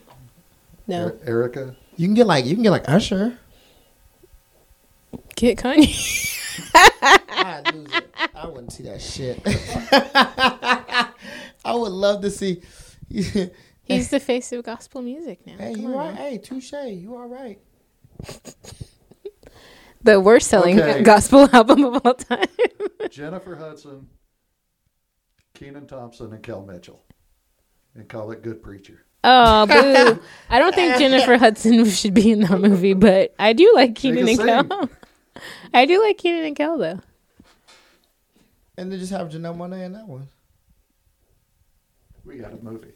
[SPEAKER 1] No.
[SPEAKER 3] E- Erica.
[SPEAKER 2] You can get like you can get like Usher.
[SPEAKER 1] Get Kanye.
[SPEAKER 2] I'd lose it. I wouldn't see that shit. (laughs) I would love to see. (laughs) hey,
[SPEAKER 1] (laughs) He's the face of gospel music now. Come
[SPEAKER 2] you
[SPEAKER 1] on
[SPEAKER 2] are.
[SPEAKER 1] now.
[SPEAKER 2] Hey, touche. You are right.
[SPEAKER 1] The worst selling (laughs)
[SPEAKER 3] Okay.
[SPEAKER 1] gospel album of all time.
[SPEAKER 3] Jennifer Hudson, Keenan Thompson, and Kel Mitchell. And call it Good Preacher.
[SPEAKER 1] (laughs) (laughs) Oh, boo. I don't
[SPEAKER 2] (laughs)
[SPEAKER 1] think Jennifer Hudson should be in that movie, but I do like Keenan and
[SPEAKER 3] can
[SPEAKER 1] Kel. (laughs) I do like Keenan and Kel, though.
[SPEAKER 2] And then just have Janelle Monae in that one.
[SPEAKER 3] We got a
[SPEAKER 2] (laughs)
[SPEAKER 3] movie.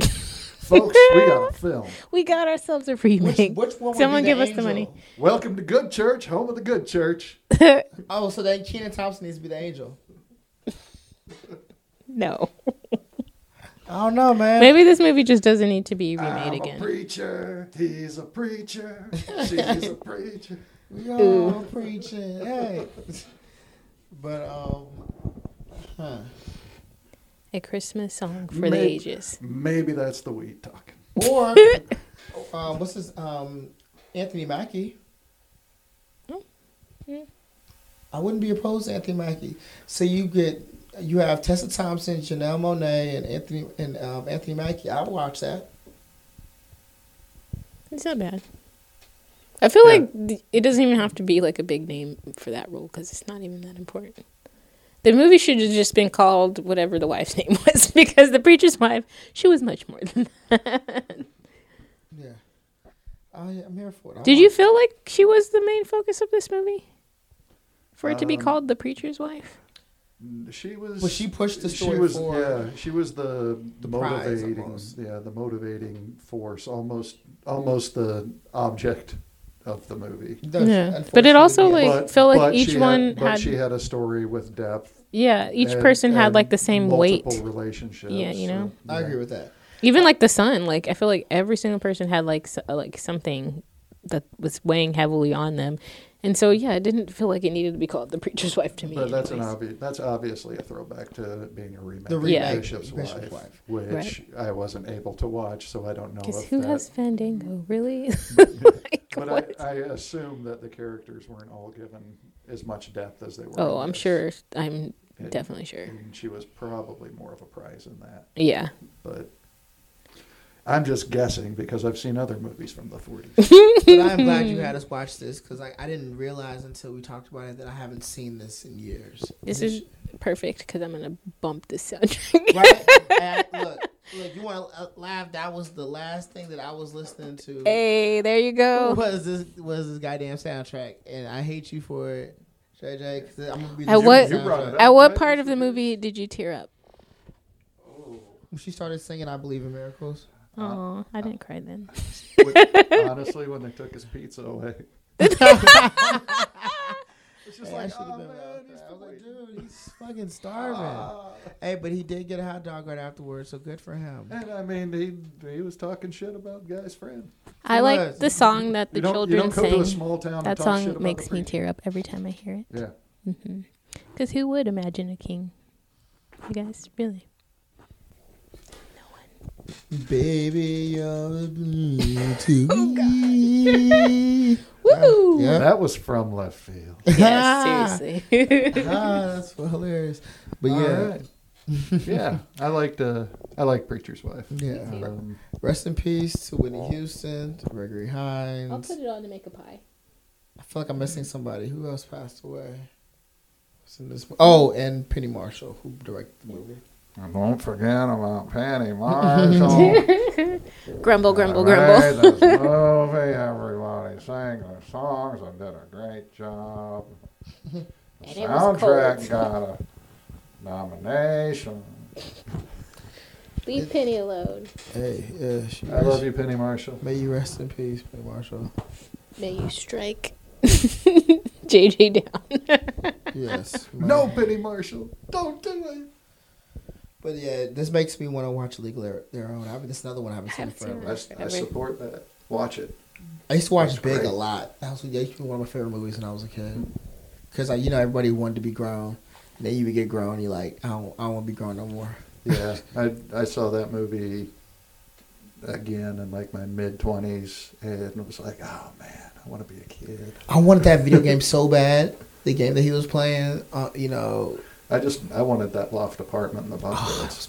[SPEAKER 3] Folks, we got a film.
[SPEAKER 1] We got ourselves a
[SPEAKER 2] Which,
[SPEAKER 1] remake.
[SPEAKER 2] which one? would
[SPEAKER 1] Someone
[SPEAKER 2] be the
[SPEAKER 1] give us the
[SPEAKER 2] angel?
[SPEAKER 1] money.
[SPEAKER 3] Welcome to Good Church, home of the Good Church.
[SPEAKER 2] Oh, so then Keenan Thompson needs to be the angel.
[SPEAKER 1] No.
[SPEAKER 2] I don't know, man.
[SPEAKER 1] Maybe this movie just doesn't need to be remade
[SPEAKER 3] I'm a
[SPEAKER 1] again.
[SPEAKER 3] preacher. He's a
[SPEAKER 2] (laughs)
[SPEAKER 3] preacher. She's a preacher.
[SPEAKER 2] We all preaching, hey. (laughs) But um, huh.
[SPEAKER 1] A Christmas song for the
[SPEAKER 3] Maybe-
[SPEAKER 1] ages.
[SPEAKER 3] Maybe that's the weed talking.
[SPEAKER 1] (laughs)
[SPEAKER 2] or um, what's his um, Anthony Mackie?
[SPEAKER 1] Hmm.
[SPEAKER 2] I wouldn't be opposed to Anthony Mackie. So you get you have Tessa Thompson, Janelle Monet, and Anthony and um, Anthony Mackie. I would watch that.
[SPEAKER 1] It's not bad. I feel
[SPEAKER 3] Yeah.
[SPEAKER 1] like th- it doesn't even have to be like a big name for that role because it's not even that important. The movie should have just been called whatever the wife's (laughs) name was because the preacher's wife, she was much more than (laughs) that.
[SPEAKER 2] Yeah, I, I'm here for it. I
[SPEAKER 1] Did
[SPEAKER 2] watch
[SPEAKER 1] you
[SPEAKER 2] it.
[SPEAKER 1] feel like she was the main focus of this movie? For it to be
[SPEAKER 3] Um,
[SPEAKER 1] called the preacher's wife?
[SPEAKER 3] She was.
[SPEAKER 2] Well, she pushed the
[SPEAKER 3] she
[SPEAKER 2] story
[SPEAKER 3] was,
[SPEAKER 2] forward.
[SPEAKER 3] Yeah, she was the,
[SPEAKER 2] The prize
[SPEAKER 3] motivating.
[SPEAKER 2] almost.
[SPEAKER 3] Yeah, the motivating force, almost, almost the object of the movie.
[SPEAKER 2] Does-
[SPEAKER 1] Yeah. But it also,
[SPEAKER 2] unfortunately,
[SPEAKER 1] like, feel like each
[SPEAKER 3] she
[SPEAKER 1] one
[SPEAKER 3] But
[SPEAKER 1] had-
[SPEAKER 3] she had a story with depth.
[SPEAKER 1] Yeah, each
[SPEAKER 3] and-
[SPEAKER 1] person had
[SPEAKER 3] and
[SPEAKER 1] like the same weight.
[SPEAKER 3] multiple relationships.
[SPEAKER 1] Yeah, you know?
[SPEAKER 3] so,
[SPEAKER 2] I
[SPEAKER 3] yeah.
[SPEAKER 2] agree with that.
[SPEAKER 1] Even like the son, like I feel like every single person had like s- uh, like something that was weighing heavily on them, and so yeah, it didn't feel like it needed to be called the preacher's wife to me.
[SPEAKER 3] But that's an
[SPEAKER 1] anyways.
[SPEAKER 3] obvious. That's obviously a throwback to it being a remake.
[SPEAKER 2] The
[SPEAKER 3] of
[SPEAKER 1] remake,
[SPEAKER 3] Bishop's,
[SPEAKER 2] Bishop's
[SPEAKER 3] Wife,
[SPEAKER 2] Wife.
[SPEAKER 3] which I wasn't able to watch, so I don't know.
[SPEAKER 1] Because
[SPEAKER 3] if
[SPEAKER 1] who
[SPEAKER 3] that,
[SPEAKER 1] has Fandango really? (laughs) like,
[SPEAKER 3] But
[SPEAKER 1] what?
[SPEAKER 3] I, I assume that the characters weren't all given as much depth as they were.
[SPEAKER 1] Oh,
[SPEAKER 3] in
[SPEAKER 1] I'm
[SPEAKER 3] this.
[SPEAKER 1] sure. I'm
[SPEAKER 3] And-
[SPEAKER 1] definitely sure.
[SPEAKER 3] And she was probably more of a prize in that,
[SPEAKER 1] Yeah.
[SPEAKER 3] but I'm just guessing because I've seen other movies from the 40s.
[SPEAKER 1] (laughs)
[SPEAKER 2] but I'm glad you had us watch this because like I didn't realize until we talked about it that I haven't seen this in years.
[SPEAKER 1] This
[SPEAKER 2] Which-
[SPEAKER 1] is perfect because I'm gonna bump this
[SPEAKER 3] (laughs)
[SPEAKER 1] soundtrack. (laughs)
[SPEAKER 2] (laughs) right. And I- look, look, you want to laugh? That was the last thing that I was listening to.
[SPEAKER 1] hey, there you go.
[SPEAKER 2] Was this was this goddamn soundtrack? And I hate you for it, JJ. 'cause I'm gonna be the
[SPEAKER 1] At
[SPEAKER 2] judge
[SPEAKER 1] what-
[SPEAKER 2] of
[SPEAKER 1] You
[SPEAKER 2] the
[SPEAKER 3] brought it
[SPEAKER 2] soundtrack.
[SPEAKER 3] up.
[SPEAKER 1] At what part of the movie did you tear up?
[SPEAKER 2] When She started singing "I Believe in Miracles."
[SPEAKER 3] Uh,
[SPEAKER 1] Oh, I didn't cry
[SPEAKER 3] (laughs)
[SPEAKER 1] then.
[SPEAKER 2] (laughs)
[SPEAKER 3] With- honestly, when they took his pizza away, it's just
[SPEAKER 2] Hey, I
[SPEAKER 3] like,
[SPEAKER 2] should've
[SPEAKER 3] oh
[SPEAKER 2] been
[SPEAKER 3] man,
[SPEAKER 2] out
[SPEAKER 3] he's Ah.
[SPEAKER 2] there. I was like,
[SPEAKER 3] the
[SPEAKER 2] dude, he's fucking starving. Hey, but he did get a hot dog right afterwards, so good for him.
[SPEAKER 3] And I mean, he he was talking shit about guy's friend.
[SPEAKER 1] I
[SPEAKER 2] was.
[SPEAKER 1] like the song that the
[SPEAKER 3] you don't, you
[SPEAKER 1] children
[SPEAKER 3] don't go to
[SPEAKER 1] sing.
[SPEAKER 3] a small town. and
[SPEAKER 1] That
[SPEAKER 3] talk shit
[SPEAKER 1] song
[SPEAKER 3] about
[SPEAKER 1] makes
[SPEAKER 3] the
[SPEAKER 1] me
[SPEAKER 3] preacher.
[SPEAKER 1] tear up every time I hear it.
[SPEAKER 3] Yeah,
[SPEAKER 1] Because Mm-hmm. who would imagine a king? You guys, really?
[SPEAKER 2] Baby, you're
[SPEAKER 1] (laughs)
[SPEAKER 2] blue to
[SPEAKER 1] Oh,
[SPEAKER 2] me.
[SPEAKER 1] Woo!
[SPEAKER 2] Yeah.
[SPEAKER 3] that was from left field.
[SPEAKER 1] (laughs) Yeah, seriously.
[SPEAKER 2] (laughs) ah, that's hilarious. But yeah,
[SPEAKER 3] All
[SPEAKER 2] (laughs)
[SPEAKER 3] right. yeah, I liked uh, I like preacher's wife.
[SPEAKER 2] yeah.
[SPEAKER 3] Um,
[SPEAKER 2] Rest in peace to Whitney Houston, to Gregory
[SPEAKER 1] I'll
[SPEAKER 2] Hines.
[SPEAKER 1] put it on to make a pie.
[SPEAKER 2] I feel like I'm missing somebody. Who else passed away? What's in this? Oh, and Penny Marshall, who directed the movie.
[SPEAKER 3] I won't forget about Penny
[SPEAKER 2] (laughs)
[SPEAKER 3] Marshall.
[SPEAKER 1] Grumble, grumble, grumble.
[SPEAKER 3] Made
[SPEAKER 1] (laughs)
[SPEAKER 3] this movie, everybody sang the songs and did a great job. The
[SPEAKER 1] And it was
[SPEAKER 3] soundtrack got a nomination.
[SPEAKER 1] Leave Penny alone.
[SPEAKER 2] Hey, yeah, she
[SPEAKER 3] I love you, Penny Marshall.
[SPEAKER 2] May you rest in peace, Penny
[SPEAKER 1] (laughs)
[SPEAKER 2] Marshall.
[SPEAKER 1] May you (laughs) strike JJ down.
[SPEAKER 2] Yes.
[SPEAKER 3] No, Penny Marshall, don't do it.
[SPEAKER 2] But yeah, this makes me want to watch League of Their Own. I mean, this is another one I haven't
[SPEAKER 1] I
[SPEAKER 2] seen
[SPEAKER 1] haven't seen
[SPEAKER 2] forever.
[SPEAKER 1] it.
[SPEAKER 3] I, I support that. Watch it.
[SPEAKER 2] I used to watch
[SPEAKER 3] That's
[SPEAKER 2] Big
[SPEAKER 3] great.
[SPEAKER 2] a lot. That was that used to be one of my favorite movies when I was a kid. Because like you know everybody wanted to be grown, and then you would get grown. And you're like, I don't, I don't want to be grown no more.
[SPEAKER 3] Yeah, I I saw that movie again in like my mid twenties and was like, oh man, I want to be a kid.
[SPEAKER 2] I wanted that video game so bad. The game that he was playing, uh, you know,
[SPEAKER 3] I just I wanted that loft apartment in the
[SPEAKER 2] oh,
[SPEAKER 3] (laughs)
[SPEAKER 2] that was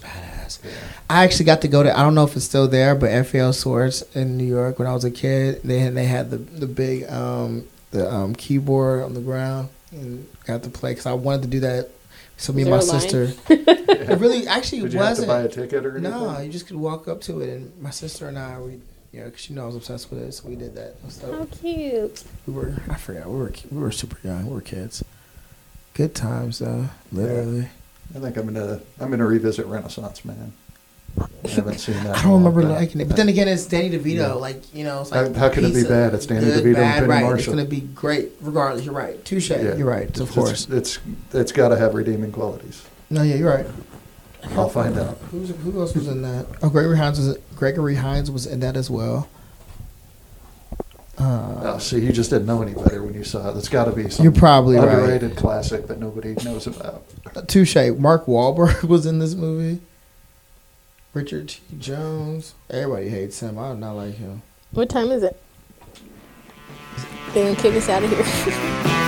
[SPEAKER 3] Buckfields.
[SPEAKER 2] badass.
[SPEAKER 3] Yeah.
[SPEAKER 2] I actually got to go to. I don't know if it's still there, but FL Swords in New York when I was a kid. They had, they had the the big um the um keyboard on the ground and got to play because I wanted to do that. So me
[SPEAKER 1] Was
[SPEAKER 2] and my
[SPEAKER 1] there a line?
[SPEAKER 2] sister.
[SPEAKER 1] (laughs)
[SPEAKER 2] It really actually
[SPEAKER 3] Did you have to
[SPEAKER 2] wasn't.
[SPEAKER 3] buy a ticket or anything?
[SPEAKER 2] No, you just could walk up to it, and my sister and I, we, you know, 'cause she knows I was obsessed with it, so we did that. and
[SPEAKER 1] How
[SPEAKER 2] stuff.
[SPEAKER 1] cute.
[SPEAKER 2] we were, I forgot, we were, we were super young, we were kids. Good times though, literally.
[SPEAKER 3] I think I'm gonna I'm gonna revisit Renaissance Man.
[SPEAKER 2] (laughs)
[SPEAKER 3] I haven't seen that.
[SPEAKER 2] I
[SPEAKER 3] in a
[SPEAKER 2] don't remember
[SPEAKER 3] long time.
[SPEAKER 2] liking it, but then again, it's Danny DeVito,
[SPEAKER 3] Yeah.
[SPEAKER 2] like you know, it's
[SPEAKER 3] How-
[SPEAKER 2] like
[SPEAKER 3] how could it be
[SPEAKER 2] pizza,
[SPEAKER 3] bad? It's Danny
[SPEAKER 2] good,
[SPEAKER 3] DeVito and
[SPEAKER 2] bad,
[SPEAKER 3] Penny
[SPEAKER 2] right. It's
[SPEAKER 3] Marshall.
[SPEAKER 2] gonna be great, regardless. You're right, touche.
[SPEAKER 3] Yeah.
[SPEAKER 2] You're right,
[SPEAKER 3] It's-
[SPEAKER 2] of course.
[SPEAKER 3] it's it's got to have redeeming qualities.
[SPEAKER 2] No, yeah, you're right.
[SPEAKER 3] I'll find out.
[SPEAKER 2] Who's, who else was in that? Oh, Gregory Hines was Gregory Hines was in that as well. Uh,
[SPEAKER 3] Oh, see, you just didn't know any better when you saw it. It's got to be some
[SPEAKER 2] You're probably right.
[SPEAKER 3] underrated classic that nobody knows about.
[SPEAKER 2] Touche. Mark Wahlberg (laughs) was in this movie. Richard T. Jones. Everybody hates him. I do not like him.
[SPEAKER 1] What time is it? They're gonna kick us out of here. (laughs)